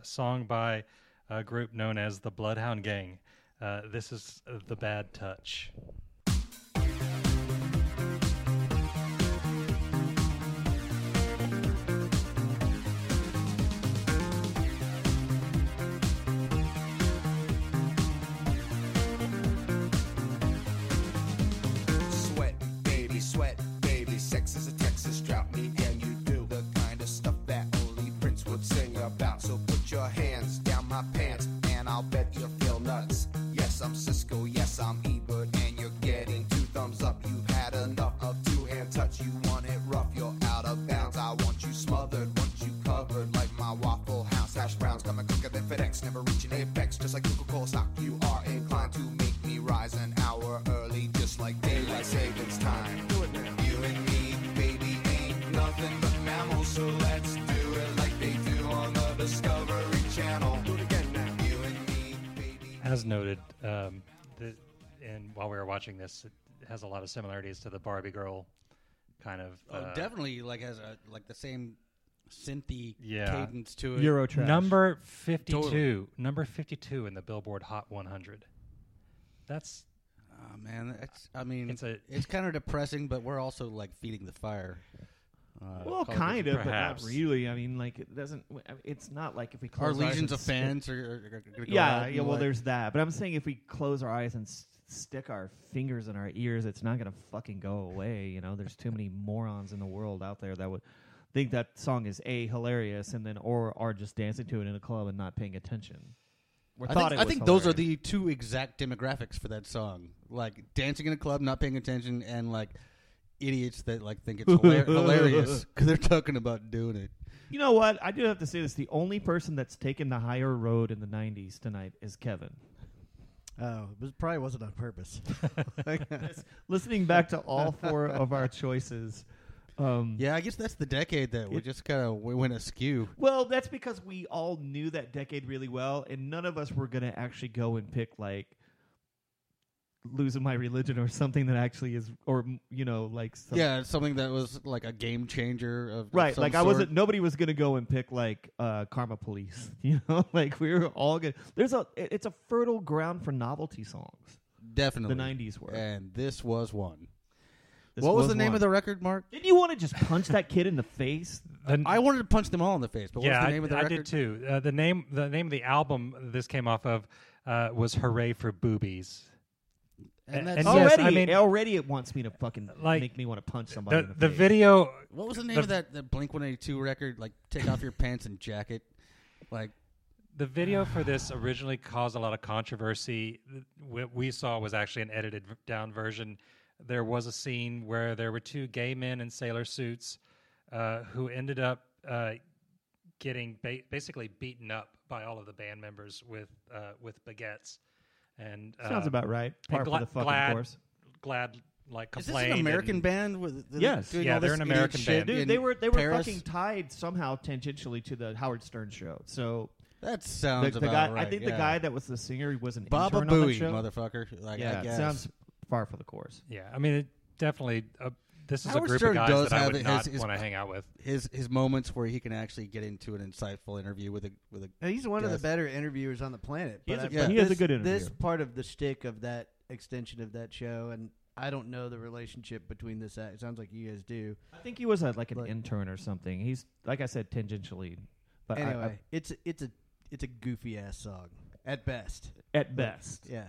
D: a song by a group known as the Bloodhound Gang. Uh, this is uh, the Bad Touch.
G: Sweat, baby, sweat, baby. Sex is a Texas drought. Me and you do the kind of stuff that only Prince would sing about. So put your hands down my pants, and I'll bet you feel nuts. Yes, I'm Cisco. Yes, I'm Ebert, and you're getting two thumbs up. You've had enough of two-hand touch. You want it rough? You're out of bounds. I want you smothered, want you covered like my waffle house hash browns. Coming quicker than FedEx, never reaching apex. Just like Coca-Cola stock, you are inclined to make me rise an hour early, just like daylight savings time. Do it now. You and me, baby, ain't nothing but mammals, so let's do it like they do on the Discovery Channel. Do it again now. You and me, baby.
D: As noted, um, the, and while we were watching this, it has a lot of similarities to the Barbie Girl kind of.
A: Oh,
D: uh,
A: definitely. Like has a, like the same synthy
D: Yeah.
A: cadence to it.
B: Eurotrash.
D: Number 52.
A: Totally.
D: Number 52 in the Billboard Hot 100. That's
A: Oh, man, that's. I mean,
D: It's
A: it's
D: a-
A: kind of depressing, but we're also like feeding the fire. Uh,
B: Well,
A: call it
B: kind of,
D: perhaps.
B: but not really. I mean, like it doesn't. I mean, It's not like if we
A: Our
B: close eyes
A: legions
B: and
A: of
B: s-
A: fans are, are, are gonna go out
B: Yeah,
A: and,
B: yeah. Well,
A: like-
B: there's that. But I'm saying if we close our eyes and s- stick our fingers in our ears, it's not gonna fucking go away. You know, there's too many morons in the world out there that would think that song is a hilarious and then or are just dancing to it in a club and not paying attention. Or
A: I
B: thought
A: think,
B: it
A: I
B: was
A: think those are
B: hilarious.
A: the two exact demographics for that song. Like dancing in a club, not paying attention, and like idiots that like think it's *laughs* hilar- hilarious because they're talking about doing it.
B: You know what? I do have to say this. The only person that's taken the higher road in the 90s tonight is Kevin.
C: *laughs* Oh, it was, probably wasn't
B: *laughs*
C: on purpose. *laughs*
B: Listening back to *laughs* all four of our choices. Um,
A: Yeah, I guess that's the decade that we just kind of we went askew.
B: Well, that's because we all knew that decade really well, and none of us were going to actually go and pick, like, Losing My Religion or something that actually is, or, you know, like, some,
A: Yeah, it's something that was like a game changer of of
B: Right,
A: some
B: like I
A: sort.
B: wasn't. Nobody was gonna go and pick like uh, Karma Police, *laughs* you know. like we were all gonna. There's a. it- It's a fertile ground for novelty songs.
A: definitely
B: The '90s were.
A: and this was one.
B: This
A: what was, the name
B: one.
A: of the record, Mark?
B: Didn't you want to just punch that kid in the face?
D: the,
A: I wanted to punch them all in the face, but what
D: yeah,
A: was
D: I-
A: the name of the
D: I,
A: record?
D: did too. Uh, the name the name of the album this came off of uh, was "Hooray for Boobies."
A: And
D: And
A: that's
D: yes,
B: already,
D: I mean-
B: already it wants me to fucking
D: Like,
B: make me want to punch somebody.
D: The
B: in the,
D: the
B: face.
D: video
A: what was the name
D: The-
A: of that, that Blink One Eighty Two record? Like, take off your pants and jacket. Like,
D: The video for this originally caused a lot of controversy. Th- What we saw was actually an edited v- down version. There was a scene where there were two gay men in sailor suits uh, who ended up uh, getting ba- basically beaten up by all of the band members with uh, with baguettes. And uh,
B: Sounds about right.
D: and
B: Part
D: gla-
B: for the fucking
D: glad,
B: course.
D: Glad like
A: Is this an
D: complained.
A: American
D: and-
A: band? With the,
B: Yes.
A: doing
D: Yeah,
A: all
D: they're
A: this
D: an
A: idiot
D: American
A: shit
D: band.
B: Dude,
A: in
B: they were they were
A: Paris?
B: fucking tied somehow tangentially to the Howard Stern show. So
A: That
B: the,
A: sounds
B: the
A: about
B: guy,
A: right.
B: I think the
A: yeah.
B: guy that was the singer was an
A: Baba
B: intern on the
A: Booey,
B: show.
A: motherfucker. Like,
B: yeah,
A: I
B: it
A: guess.
B: sounds far for the course.
D: Yeah, I mean, it definitely. Uh, this is
A: Howard
D: a group
A: Stern
D: of guys
A: does
D: that I
A: have
D: would
A: it-
D: not
A: his- his-
D: want to hang out with.
A: his his moments where he can actually get into an insightful interview with a with a
C: Now, he's one of the
A: Yes.
C: better interviewers on the planet.
B: He
C: But
B: is a-
C: I-
A: but
B: he is a
C: this-
B: good interviewer.
C: This part of the shtick of that extension of that show, and I don't know the relationship between this. act. It sounds like you guys do.
B: I think he was a, like an
C: But-
B: intern or something. He's like I said, tangentially, but I- I-
C: anyway, it's it's a it's a goofy ass song at best.
B: at best,
C: Yeah.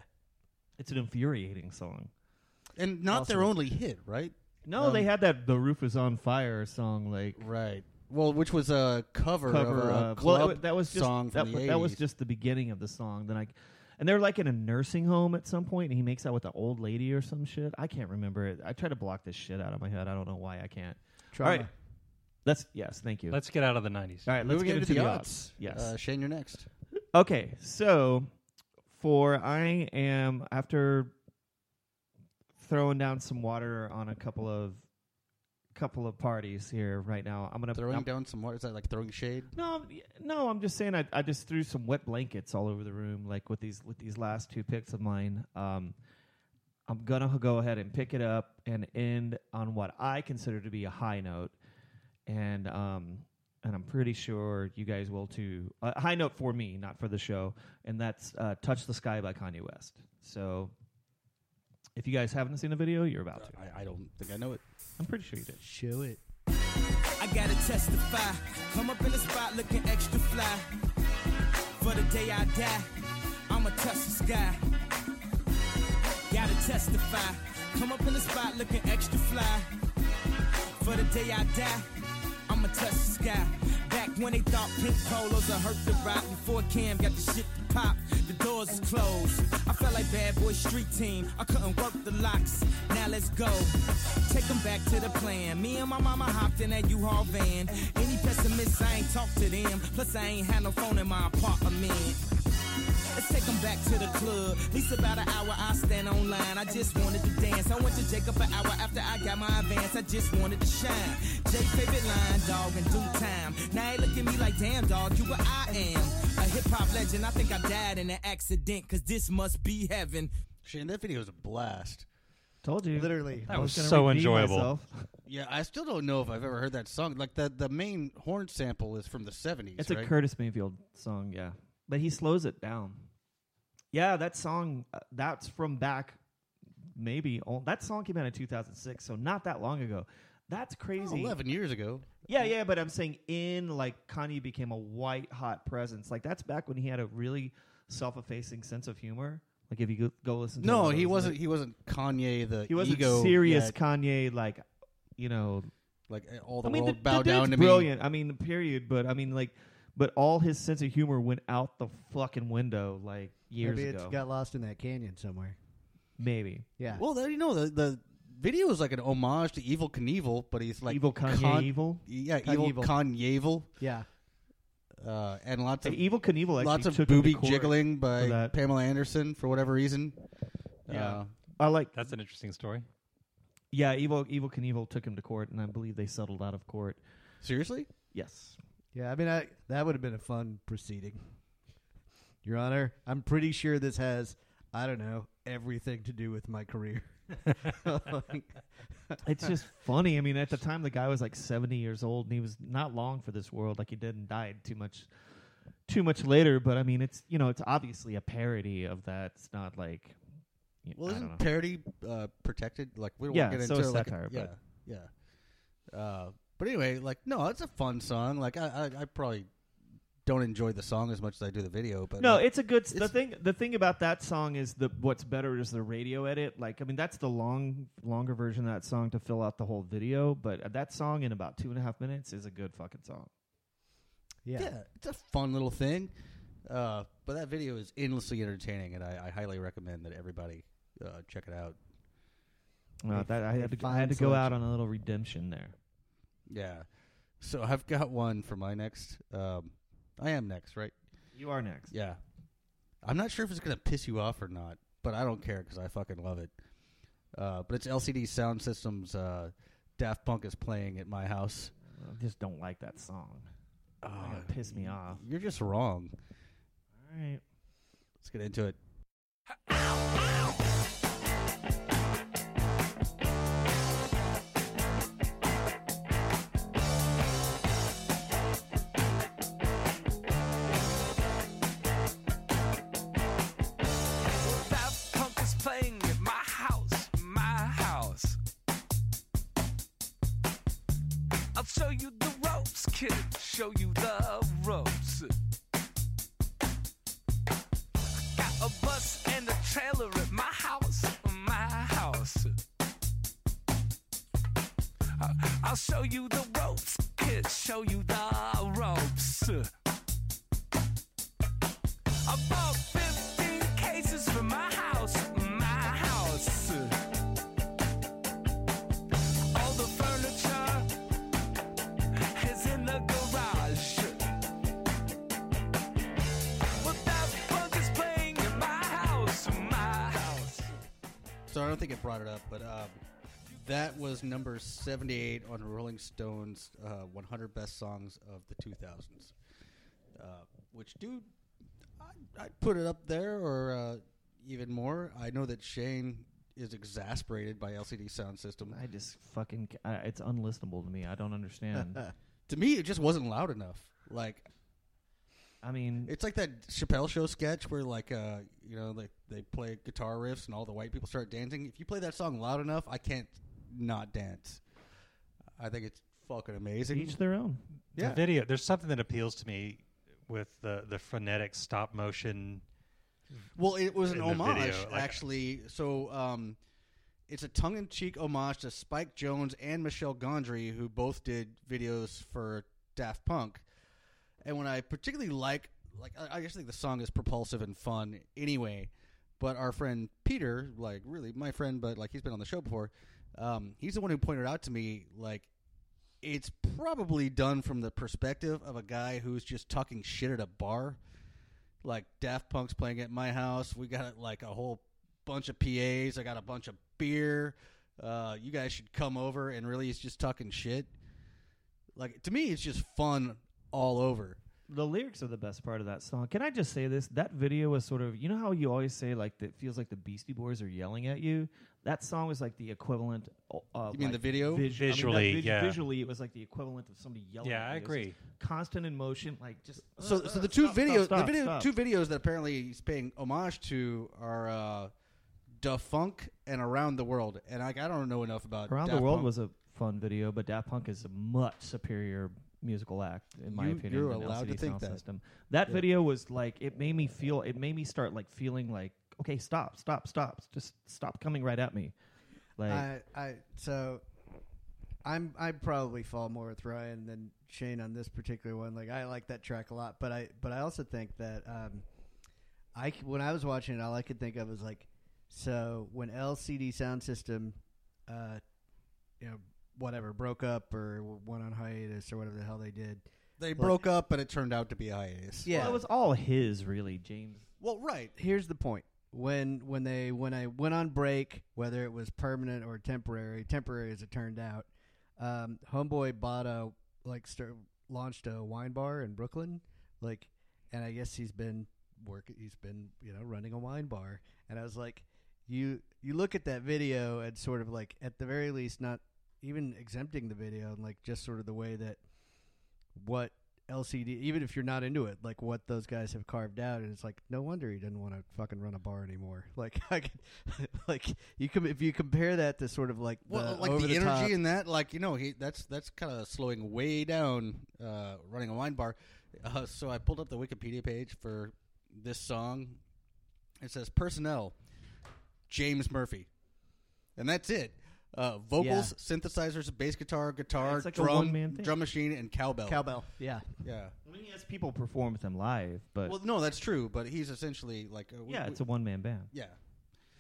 B: it's an infuriating song.
A: and not their
B: Awesome.
A: only hit, right?
B: No,
A: Um,
B: they had that "The Roof Is on Fire" song, like
A: Right. Well, which was a cover,
B: cover
A: of a
B: of.
A: club
B: well, it- that was just
A: song
B: that,
A: from
B: wa-
A: the
B: that was
A: 80s.
B: just the beginning of the song. Then I, and they're like in a nursing home at some point, and he makes out with an old lady or some shit. I can't remember it. I try to block this shit out of my head. I don't know why I can't.
C: Trauma.
B: All right, let's yes, thank you.
D: Let's get out of the '90s.
B: All right, let's
A: Moving
B: get
A: into
B: into
A: the
B: the
A: odds.
B: odds. Yes.
A: Uh, Shane, you're next.
B: Okay, so for I am after throwing down some water on a couple of couple of parties here right now. I'm gonna
A: Throwing
B: I'm-
A: down some water. Is that like throwing shade?
B: No, I'm- no, I'm just saying I, I just threw some wet blankets all over the room, like with these with these last two picks of mine. Um, I'm gonna go ahead and pick it up and end on what I consider to be a high note, and um, and I'm pretty sure you guys will too. A high note for me, not for the show, and that's uh, "Touch the Sky" by Kanye West. So, if you guys haven't seen the video, you're about to.
A: I, I don't think I know it.
B: I'm pretty sure you did.
C: Show it.
H: I gotta testify. Come up in the spot looking extra fly. For the day I die, I'ma touch the sky. Gotta testify. Come up in the spot looking extra fly. For the day I die, I'ma touch the sky. Back when they thought pink polos would hurt the rock. Before Cam got the shit to pop, the doors is closed. I felt like bad boy street team. I couldn't work the locks. Now let's go. Take 'em back to the plan. Me and my mama hopped in that U-Haul van. Any pessimists, I ain't talk to them. Plus, I ain't had no phone in my apartment. Let's take 'em back to the club. At least about an hour I stand online. I just wanted to dance. I went to Jacob an hour after I got my advance. I just wanted to shine. Jay favorite line, dog, in due time. Now they look at me like, damn, dog, you what I am. A hip hop legend. I think I died in an accident, cause this must be heaven.
A: Shane, that video is a blast.
B: Told you.
C: Literally.
B: I
D: was
B: gonna
D: so
B: redeem
D: enjoyable.
B: myself. *laughs*
A: Yeah, I still don't know if I've ever heard that song. Like the the main horn sample is from the '70s.
B: It's
A: right?
B: a Curtis Mayfield song, yeah, but he slows it down. Yeah, that song uh, that's from back maybe all, that song came out in 2006, so not that long ago. That's
A: Oh,
B: crazy.
A: Eleven years ago.
B: Yeah, yeah, but I'm saying in like Kanye became a white hot presence. Like that's back when he had a really self-effacing sense of humor. Like if you go, go listen to
A: No,
B: one of
A: he
B: those,
A: wasn't.
B: like-
A: He wasn't Kanye. The
B: he wasn't
A: ego
B: serious
A: yet.
B: Kanye like you know
A: like eh, all the
B: I mean,
A: world
B: the,
A: bow
B: the dude's
A: down to
B: brilliant. I mean, period. But I mean, like, but all his sense of humor went out the fucking window like years
C: Maybe
B: ago.
C: it's got lost in that canyon somewhere.
B: Maybe.
C: Yeah.
A: me. Well, there you know the the video is like an homage to Evil Knievel, but he's like
B: evil Kanye,
A: Con-
B: evil.
A: Yeah,
C: Knievel.
A: evil Kanyevel,
C: yeah.
A: uh, and lots
B: Hey,
A: of
B: evil Knievel. Actually
A: lots of
B: took him to
A: booby
B: court
A: jiggling
B: for
A: by
B: that.
A: Pamela Anderson for whatever reason.
B: Yeah.
A: Uh,
B: I like.
D: That's an interesting story.
B: Yeah, evil evil Knievel took him to court, and I believe they settled out of court.
A: seriously, *laughs*
B: Yes.
C: Yeah, I mean, I, that would have been a fun proceeding. Your Honor, I'm pretty sure this has, I don't know, everything to do with my career. *laughs*
B: It's just funny. I mean, at the time, the guy was like seventy years old, and he was not long for this world. Like he didn't died too much, too much later. But I mean, it's you know, it's obviously a parody of that. It's not like. you-
A: well,
B: I don't know.
A: isn't parody uh, protected? Like we don't
B: Yeah,
A: want to get
B: so
A: into
B: is
A: like
B: satire,
A: yeah,
B: but-
A: yeah. Uh, but anyway, like no, it's a fun song. Like I, I, I probably don't enjoy the song as much as I do the video. But
B: No,
A: like,
B: it's a good. the
A: it's-
B: thing, the thing about that song is the what's better is the radio edit. Like, I mean, that's the long, longer version of that song to fill out the whole video. But that song in about two and a half minutes is a good fucking song.
C: yeah.
A: yeah, it's a fun little thing. Uh, but that video is endlessly entertaining, and I, I highly recommend that everybody uh, check it out.
B: No,
C: They-
B: Uh, that I
C: they
B: had to, go- I
C: find
B: had to go out on a little redemption there.
A: Yeah. So I've got one for my next. Um, I am next, right?
B: You are next.
A: Yeah. I'm not sure if it's gonna piss you off or not, but I don't care because I fucking love it. Uh, but it's LCD Sound System's uh, Daft Punk is playing at my house.
B: I just don't like that song.
A: Uh,
B: it pissed me off.
A: You're just wrong.
B: All right.
A: Let's get into it.
E: That punk is playing at my house, my house. I'll show you the ropes, kid. Show you the ropes. Got a bus and a trailer at my house, my house. I- I'll show you the ropes, kid. Show you the ropes. About 15 cases from my house, my house. All the furniture is in the garage. But that punk is playing in my house, my house.
A: So I don't think it brought it up, but um, that was number 78 on Rolling Stone's uh, 100 Best Songs of the 2000s. Uh, which, dude, I'd, I'd put it up there or uh, even more. I know that Shane is exasperated by LCD Sound System.
B: I just fucking. ca- I, it's unlistenable to me. I don't understand.
A: to me, it just wasn't loud enough. Like,
B: I mean,
A: It's like that Chappelle show sketch where like uh you know like they play guitar riffs and all the white people start dancing. If you play that song loud enough, I can't not dance. I think it's fucking amazing.
B: each their own.
A: yeah.
D: The video. There's something that appeals to me with the the frenetic stop motion.
A: Well, it was an
D: in the
A: homage
D: video, like-
A: actually. So um it's a tongue-in-cheek homage to Spike Jones and Michelle Gondry who both did videos for Daft Punk. And when I particularly like, like I, I just think the song is propulsive and fun anyway. But our friend Peter, like really my friend, but like he's been on the show before. Um, he's the one who pointed out to me like it's probably done from the perspective of a guy who's just talking shit at a bar. Like Daft Punk's playing at my house. We got like a whole bunch of PAs. I got a bunch of beer. Uh, you guys should come over. And really, it's just talking shit. Like to me, it's just fun all over.
B: The lyrics are the best part of that song. Can I just say this? That video was sort of. You know how you always say like that feels like the Beastie Boys are yelling at you. That song was like the equivalent. o- Of,
A: You mean
B: like,
A: the video?
B: visu- I mean, that
D: Visually,
B: vis-
D: yeah.
B: Visually, it was like the equivalent of somebody yelling.
D: Yeah, I
B: at you. It was
D: agree.
B: just Constant in motion, like just.
A: So,
B: uh,
A: so
B: uh,
A: the two
B: stop, stop,
A: video,
B: stop,
A: the video,
B: stop.
A: two videos that apparently he's paying homage to are uh, Da Funk and Around the World. And I, I don't know enough about
B: Around the
A: Daft
B: World
A: Punk.
B: was a fun video, but Daft Punk is a much superior musical act in my
A: You-
B: opinion.
A: you're
B: than
A: allowed to
B: LCD
A: think
B: Sound
A: that.
B: System. That video was like it made me feel. It made me start like feeling like okay, stop, stop, stop, just stop coming right at me. Like
C: I, I so I'm I probably fall more with Ryan than Shane on this particular one. Like I like that track a lot, but I but I also think that um, I c- when I was watching it, all I could think of was like so when LCD Sound System, uh, you know, whatever broke up or went on hiatus or whatever the hell they did.
A: They broke up, but it turned out to be hiatus.
B: well, it was all his really, James.
A: Well, right.
C: here's the point when when they when I went on break, whether it was permanent or temporary, temporary as it turned out, um, homeboy bought a like st- launched a wine bar in Brooklyn, like, and I guess he's been work he's been you know running a wine bar, and I was like, you you look at that video and sort of like at the very least not even exempting the video and like just sort of the way that what LCD, even if you're not into it, like what those guys have carved out, and it's like no wonder he didn't want to fucking run a bar anymore. *laughs* Like I could, like you com- if you compare that to sort of like the
A: Well, like
C: over
A: the,
C: the,
A: energy
C: top-
A: in that, like you know, he that's that's kind of slowing way down. Uh, running a wine bar, uh, so I pulled up the Wikipedia page for this song. It says personnel, James Murphy, and that's it. Uh, vocals, synthesizers, bass guitar, guitar,
B: It's like a
A: drum,
B: one-man thing.
A: drum machine, and cowbell.
C: Cowbell. Yeah.
A: Yeah.
B: I mean, yes, people perform with him live, but
A: Well, no, that's true, but he's essentially like a,
B: yeah, it's a one man band.
A: yeah.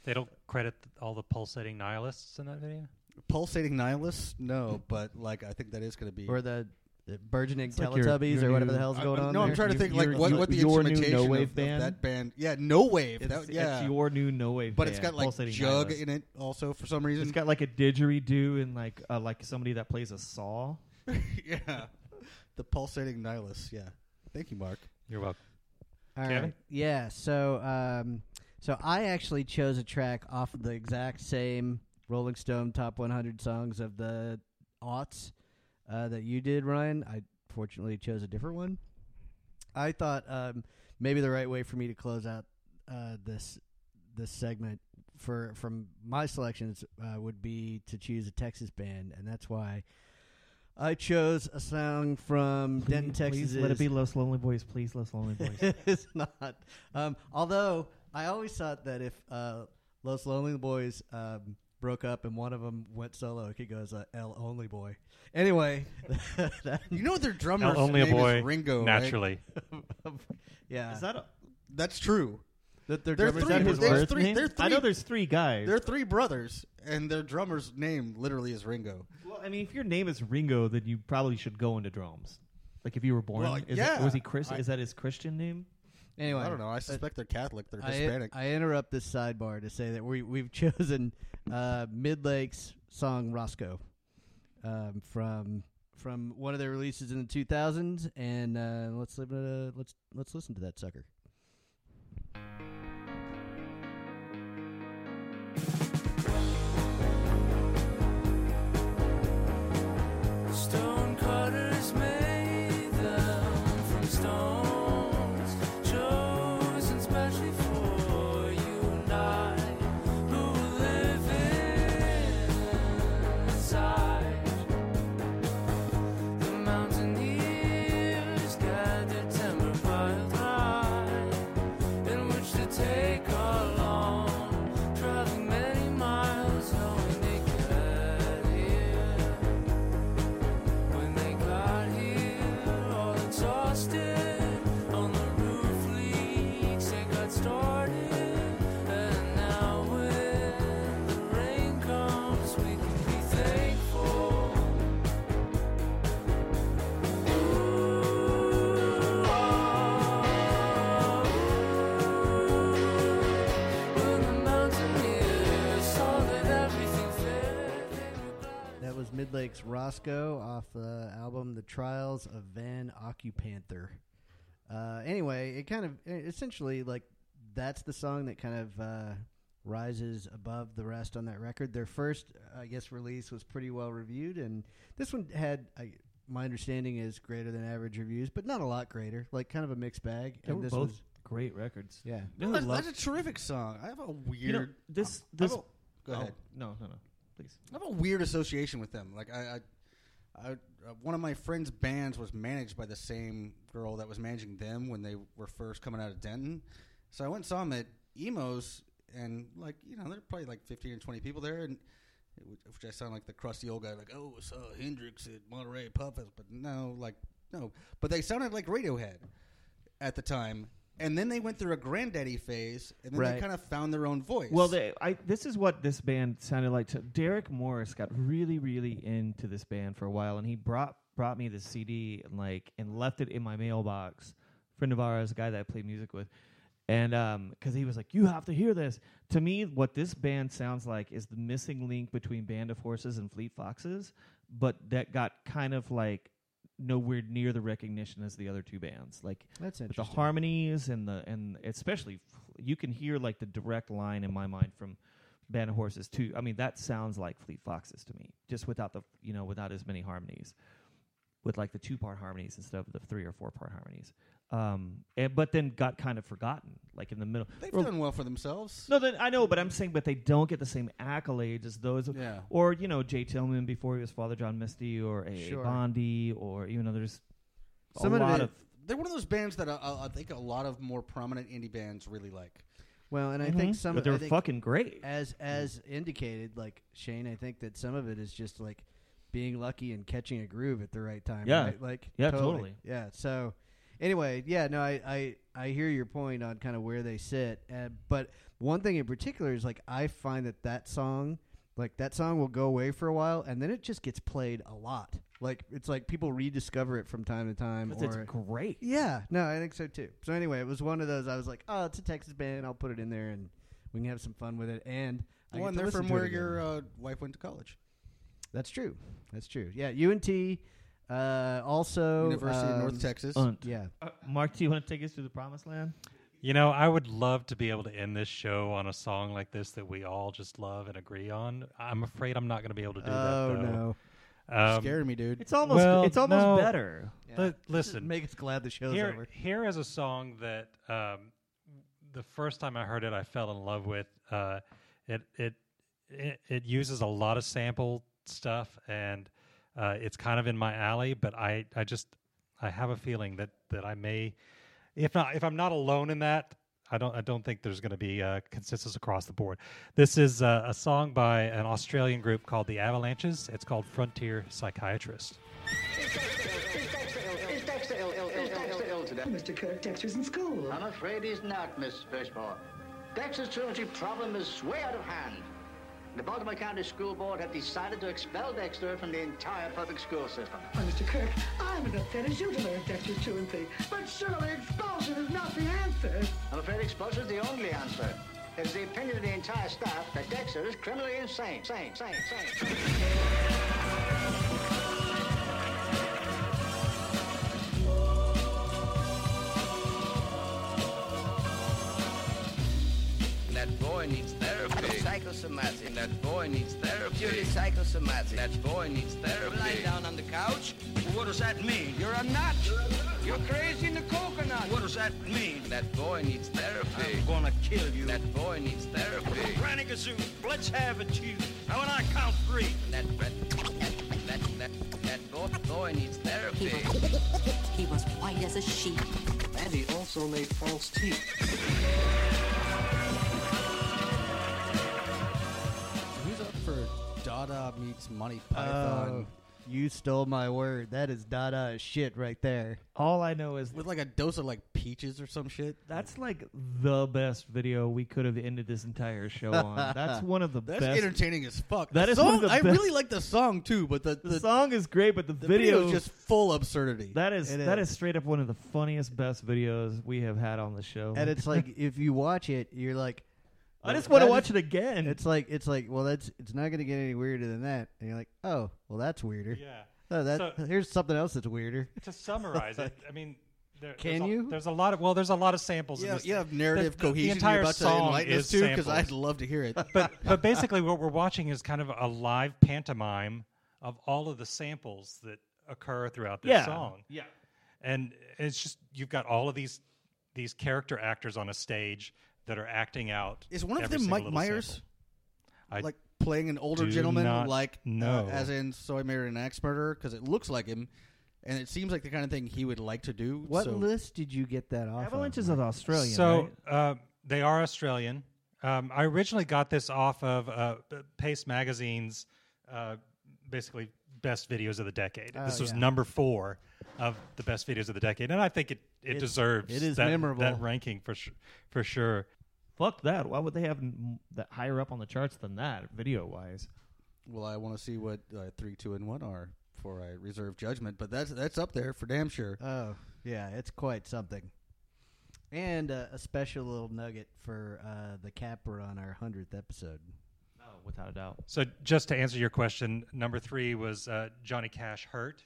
D: They don't credit th- all the pulsating nihilists in that video.
A: Pulsating nihilists? No, but like I think that is going to be.
C: Or the, the burgeoning
B: like your-
C: Teletubbies
B: your
C: or whatever
B: new-
C: the hell's
A: I-
C: going
A: I-
C: on.
A: no, I'm
C: there.
A: trying to
B: You-
A: think like
B: your-
A: what,
B: your-
A: what the
B: your new
A: instrumentation of-
B: No Wave
A: of,
B: band?
A: that band. Yeah, no wave.
B: It's,
A: that, yeah,
B: it's your new no wave,
A: but it's
B: band,
A: got like
B: Pulsating
A: jug
B: Nihilist.
A: in it also for some reason.
B: It's got like a didgeridoo and like uh, like somebody that plays a saw.
A: *laughs* yeah, the pulsating nihilists. Yeah, thank you, Mark.
D: You're welcome.
C: All
D: Kevin?
C: Yeah. So, um, so I actually chose a track off of the exact same Rolling Stone Top 100 songs of the aughts uh, that you did, Ryan. I fortunately chose a different one. I thought um, maybe the right way for me to close out uh, this this segment for from my selections uh, would be to choose a Texas band, and that's why. I chose a song from Denton, Texas.
B: Please let it be Los Lonely Boys. Please, Los Lonely
A: *laughs*
B: Boys.
C: *laughs* it's not. Um, although I always thought that if uh, Los Lonely Boys um, broke up and one of them went solo, it could go as a L Only Boy. Anyway, *laughs* that,
A: You know their drummer
D: Now, only a
A: name
D: boy.
A: is Ringo. Oh, right?
D: naturally.
C: yeah,
B: Is that a,
A: that's true.
C: that their
A: There are
C: drummer's
A: three-
C: name
A: there's
C: is what?
A: three- there's
B: I know
A: three-
B: there's three guys.
A: They're three brothers, and their drummer's name literally is Ringo.
B: well, I mean, if your name is Ringo, then you probably should go into drums. Like if you were born,
A: Well,
B: is
A: yeah.
B: it, was he Chris?
A: I-
B: is that his Christian name?
C: Anyway,
A: I don't know. I suspect they're Catholic. They're
C: I,
A: Hispanic.
C: I interrupt this sidebar to say that we we've *laughs* chosen uh, Mid Lake's song Roscoe um, from from one of their releases in the 2000s, and uh, let's li- uh, let's let's listen to that sucker.
E: Stone cutters made them from stones, chosen specially for you and I, who live inside. The mountaineers gathered timber by the ride, in which to take along, traveling many miles, knowing they could hear. When they got here, all exhausted, on the roof leaks, they got started. And now when the rain comes, we can be thankful. When the mountaineers saw that everything failed, they were glad.
C: That was Midlake's Roscoe off the album The Trials of Van Occupanther. Uh, anyway, it kind of e, essentially like that's the song that kind of uh, rises above the rest on that record. Their first, I guess, release was pretty well reviewed, and this one had, I, my understanding is, greater than average reviews, but not a lot greater. Like kind of a mixed bag.
B: They
C: and
B: were
C: this
B: both
C: was,
B: great records.
C: yeah.
B: You know who
A: that's,
B: loved-
A: that's a terrific song. I have a weird.
B: you know, this
A: I have
B: this.
A: a- go
B: oh,
A: ahead.
B: No, no, no. Please.
A: I have a weird association with them. Like I, I, I uh, one of my friends' bands was managed by the same girl that was managing them when they were first coming out of Denton. So I went and saw them at Emos, and like you know, there were probably like fifteen or twenty people there, and it was- which I sound like the crusty old guy, like oh, I saw Hendrix at Monterey Pop Fest, but no, like no, but they sounded like Radiohead at the time. And then they went through a granddaddy phase, and then they
C: Right.
A: kind of found their own voice.
B: Well, they, I, this is what this band sounded like. To Derek Morris got really, really into this band for a while, and he brought brought me the CD and like and left it in my mailbox. Friend of ours, a guy that I played music with, and um, because he was like, "You have to hear this." To me, what this band sounds like is the missing link between Band of Horses and Fleet Foxes, but that got kind of like nowhere near the recognition as the other two bands. Like
C: That's
B: but the
C: interesting.
B: harmonies and the and especially f- you can hear like the direct line in my mind from Band of Horses too. I mean that sounds like Fleet Foxes to me, just without the you know without as many harmonies, with like the two part harmonies instead of the three or four part harmonies. Um, and, but then got kind of forgotten, like in the middle.
A: They've
B: Or-
A: done well for themselves.
B: no, then I know, but I'm saying, but they don't get the same accolades as those,
A: Yeah.
B: or you know, Jay Tillman before he was Father John Misty, or A.
C: Sure.
B: Bondi, or even though there's
C: Some
B: a
C: of
B: lot
C: it-
B: of
A: uh, they're one of those bands that I, I I think a lot of more prominent indie bands really like.
C: Well, and I think some
B: Mm-hmm. but
C: I
B: they're
C: think
B: fucking great.
C: as as indicated, like Shane, I think that some of it is just like being lucky and catching a groove at the right time.
B: Yeah.
C: right? like
B: Yeah, totally.
C: yeah. So anyway, yeah, no, I I, I hear your point on kind of where they sit, uh, but one thing in particular is like I find that that song. Like that song will go away for a while, and then it just gets played a lot. Like it's like people rediscover it from time to time.
B: Because it's
C: or-
B: great.
C: yeah, no, I think so too. So anyway, it was one of those. I was like, oh, it's a Texas band. I'll put it in there, and we can have some fun with it. And
A: The
C: I get
A: one
C: to
A: there
C: listen
A: from
C: to it
A: where
C: again.
A: your uh, wife went to college.
C: That's true. That's true. Yeah, UNT. Uh, also
A: University of
C: um,
A: North Texas.
B: Unt.
C: Yeah,
B: Uh, Mark, do you want to take us to the promised land?
D: You know, I would love to be able to end this show on a song like this that we all just love and agree on. I'm afraid I'm not going to be able to do
C: oh
D: that. Though.
C: no.
D: No, um,
A: Scaring me, dude.
B: It's almost
D: Well,
B: it's almost
D: no.
B: better.
C: Yeah.
D: li-
C: *laughs* Just
D: listen,
C: make us glad the show's
D: here,
C: over.
D: Here is a song that um, the first time I heard it, I fell in love with. Uh, it, it it it uses a lot of sample stuff, and uh, it's kind of in my alley. But I I just I have a feeling that that I may, if not if I'm not alone in that. I don't. I don't think there's going to be uh, consensus across the board. This is uh, a song by an Australian group called the Avalanches. It's called Frontier Psychiatrist.
I: Mr. Kirk, Dexter's in school.
J: I'm afraid he's not, Miss Birchmore. Dexter's truancy problem is way out of hand. The Baltimore County School Board have decided to expel Dexter from the entire public school system.
I: Oh, Mr. Kirk, I'm as upset as you to learn Dexter's truancy, but surely expulsion is not the answer.
J: I'm afraid expulsion is the only answer. It's the opinion of the entire staff that Dexter is criminally insane. Sane, sane, sane.
E: That boy needs therapy. Psychosomatic. That boy needs therapy. Purely psychosomatic. That boy needs therapy. Lying down on the couch. What does that mean? You're a nut. You're crazy in the coconut. What does that mean? That boy needs therapy. I'm gonna kill you. That boy needs therapy. Granny Gazoo, let's have it, you. Now when I count three. That that that that, that boy, boy needs
K: He
E: therapy.
K: was, he was white as a sheet.
E: And he also made false teeth.
A: Who's up for Dada meets Monty Python
C: Oh,
B: Uh,
C: You stole my word. That is Dada as shit right there.
B: All I know is
A: with like a dose of like peaches or some shit?
B: that's like the best video we could have ended this entire show on. That's one of the
A: That's
B: best.
A: entertaining as fuck.
B: That
A: The
B: is
A: song,
B: one of the
A: I
B: best-
A: really like the song too, but the
B: the,
A: the, the,
B: song is great, but the,
A: video is just full absurdity.
B: that is
C: It
B: that
C: is.
B: is straight up one of the funniest best videos we have had on the show.
C: And it's like *laughs* if you watch it, you're like,
B: I just want to
C: that
B: watch
C: is-
B: it again.
C: It's like it's like well, that's it's not going to get any weirder than that. And you're like, oh, well, that's weirder.
D: Yeah.
C: Oh, that
D: So-
C: here's something else that's weirder.
D: to
A: *laughs*
D: summarize it, I mean, there,
C: Can
D: there's
C: you?
D: A, there's a lot of well, there's a lot of samples. in
A: yeah,
D: this
A: you have
D: thing.
A: narrative
D: the, the-
A: cohesion.
D: The entire
A: you're about to
D: song
A: enlighten us
D: is
A: too, because I'd
D: samples.
A: love to hear it.
D: *laughs* but but basically, what we're watching is kind of a live pantomime of all of the samples that occur throughout this
B: yeah,
D: song,
B: yeah.
D: and it's just you've got all of these these character actors on a stage that are acting out.
A: Is one of
D: every
A: them Mike
D: single little
A: Myers?
D: sample. I-
A: like playing an older
D: do
A: gentleman,
D: not
A: like uh,
D: know.
A: as in "So I Married an Axe Murderer," because it looks like him, and it seems like the kind of thing he would like to do.
C: What
A: so
C: list did you get that off?
B: Avalanches
C: of?
B: of Australia.
D: So uh, they are Australian. Um, I originally got this off of uh, P- Pace Magazine's uh, basically best videos of the decade. this was
C: yeah.
D: number four of the best videos of the decade, and I think it, it, deserves
C: it is
D: that,
C: memorable.
D: that ranking for su for sure.
B: fuck that. Why would they have m- that higher up on the charts than that video wise?
A: Well, I want to see what uh, three, two, and one are before I reserve judgment. But that's that's up there for damn sure.
C: Oh, yeah, it's quite something. And uh, a special little nugget for uh, the capper on our 100th episode.
B: No, without a doubt.
D: So just to answer your question, number three was uh, Johnny Cash hurt.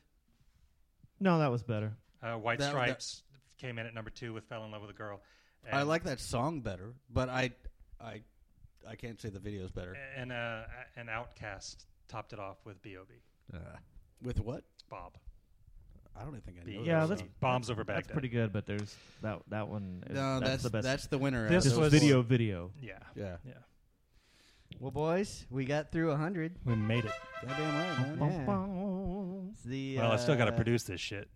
B: No, that was better.
D: Uh, White
A: That- that-
D: Stripes came in at number two with "Fell in Love with a Girl."
A: I
D: And-
A: like that song better, but I, I, I can't say the video's better.
D: and uh, an Outcast topped it off with "B.O.B."
A: With what?
D: Bob.
A: I don't even think I
D: B.
A: know.
B: Yeah,
A: that
B: that's-
A: song.
D: bombs over Baghdad.
B: That's pretty good, but there's that that one. Is,
A: no,
B: that's,
A: that's
B: the best.
A: that's the winner.
D: This
B: this
A: Those
D: was-
A: four.
B: video video.
D: Yeah,
A: Yeah,
D: yeah.
C: Well, boys, we got through 100.
D: We made it.
A: goddamn right, man.
C: Yeah.
B: Bum,
C: It's The,
D: Well, I still got to
C: uh,
D: produce this shit.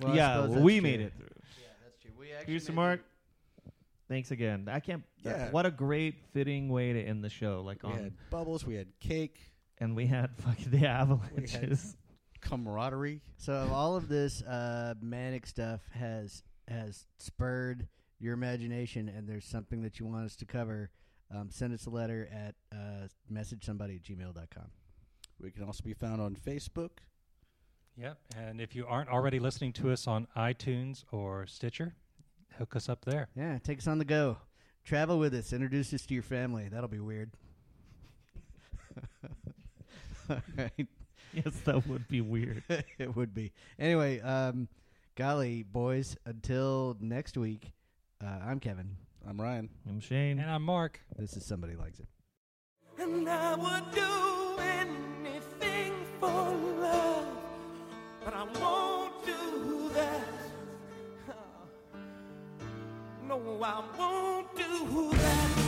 C: well, I
B: yeah,
C: suppose
B: well,
C: that's
B: we
C: true.
B: made it through.
C: That's true. We actually
B: Producer
C: made
B: Mark, Thanks again. I can't. that-
A: Yeah.
B: what a great fitting way to end the show. Like
A: We
B: on
A: had bubbles. We had cake.
B: and we had *laughs* fucking
A: We
B: the
A: had
B: avalanches.
A: camaraderie.
C: So of all of this uh, manic stuff has has spurred your imagination, and there's something that you want us to cover. Um, send us a letter at uh, messagesomebody at gmail.com.
A: We can also be found on Facebook.
D: Yep. And if you aren't already listening to us on iTunes or Stitcher, hook us up there.
C: Yeah, take us on the go. Travel with us. Introduce us to your family. That'll be weird. *laughs* All right.
B: yes, that would be weird.
C: it would be. Anyway, um, golly, boys, until next week, uh, I'm Kevin.
A: I'm Ryan.
B: I'm Shane.
D: And I'm Mark.
C: This is Somebody Likes It.
F: And I would do anything for love, but I won't do
E: *laughs*
F: that. No, I won't do that.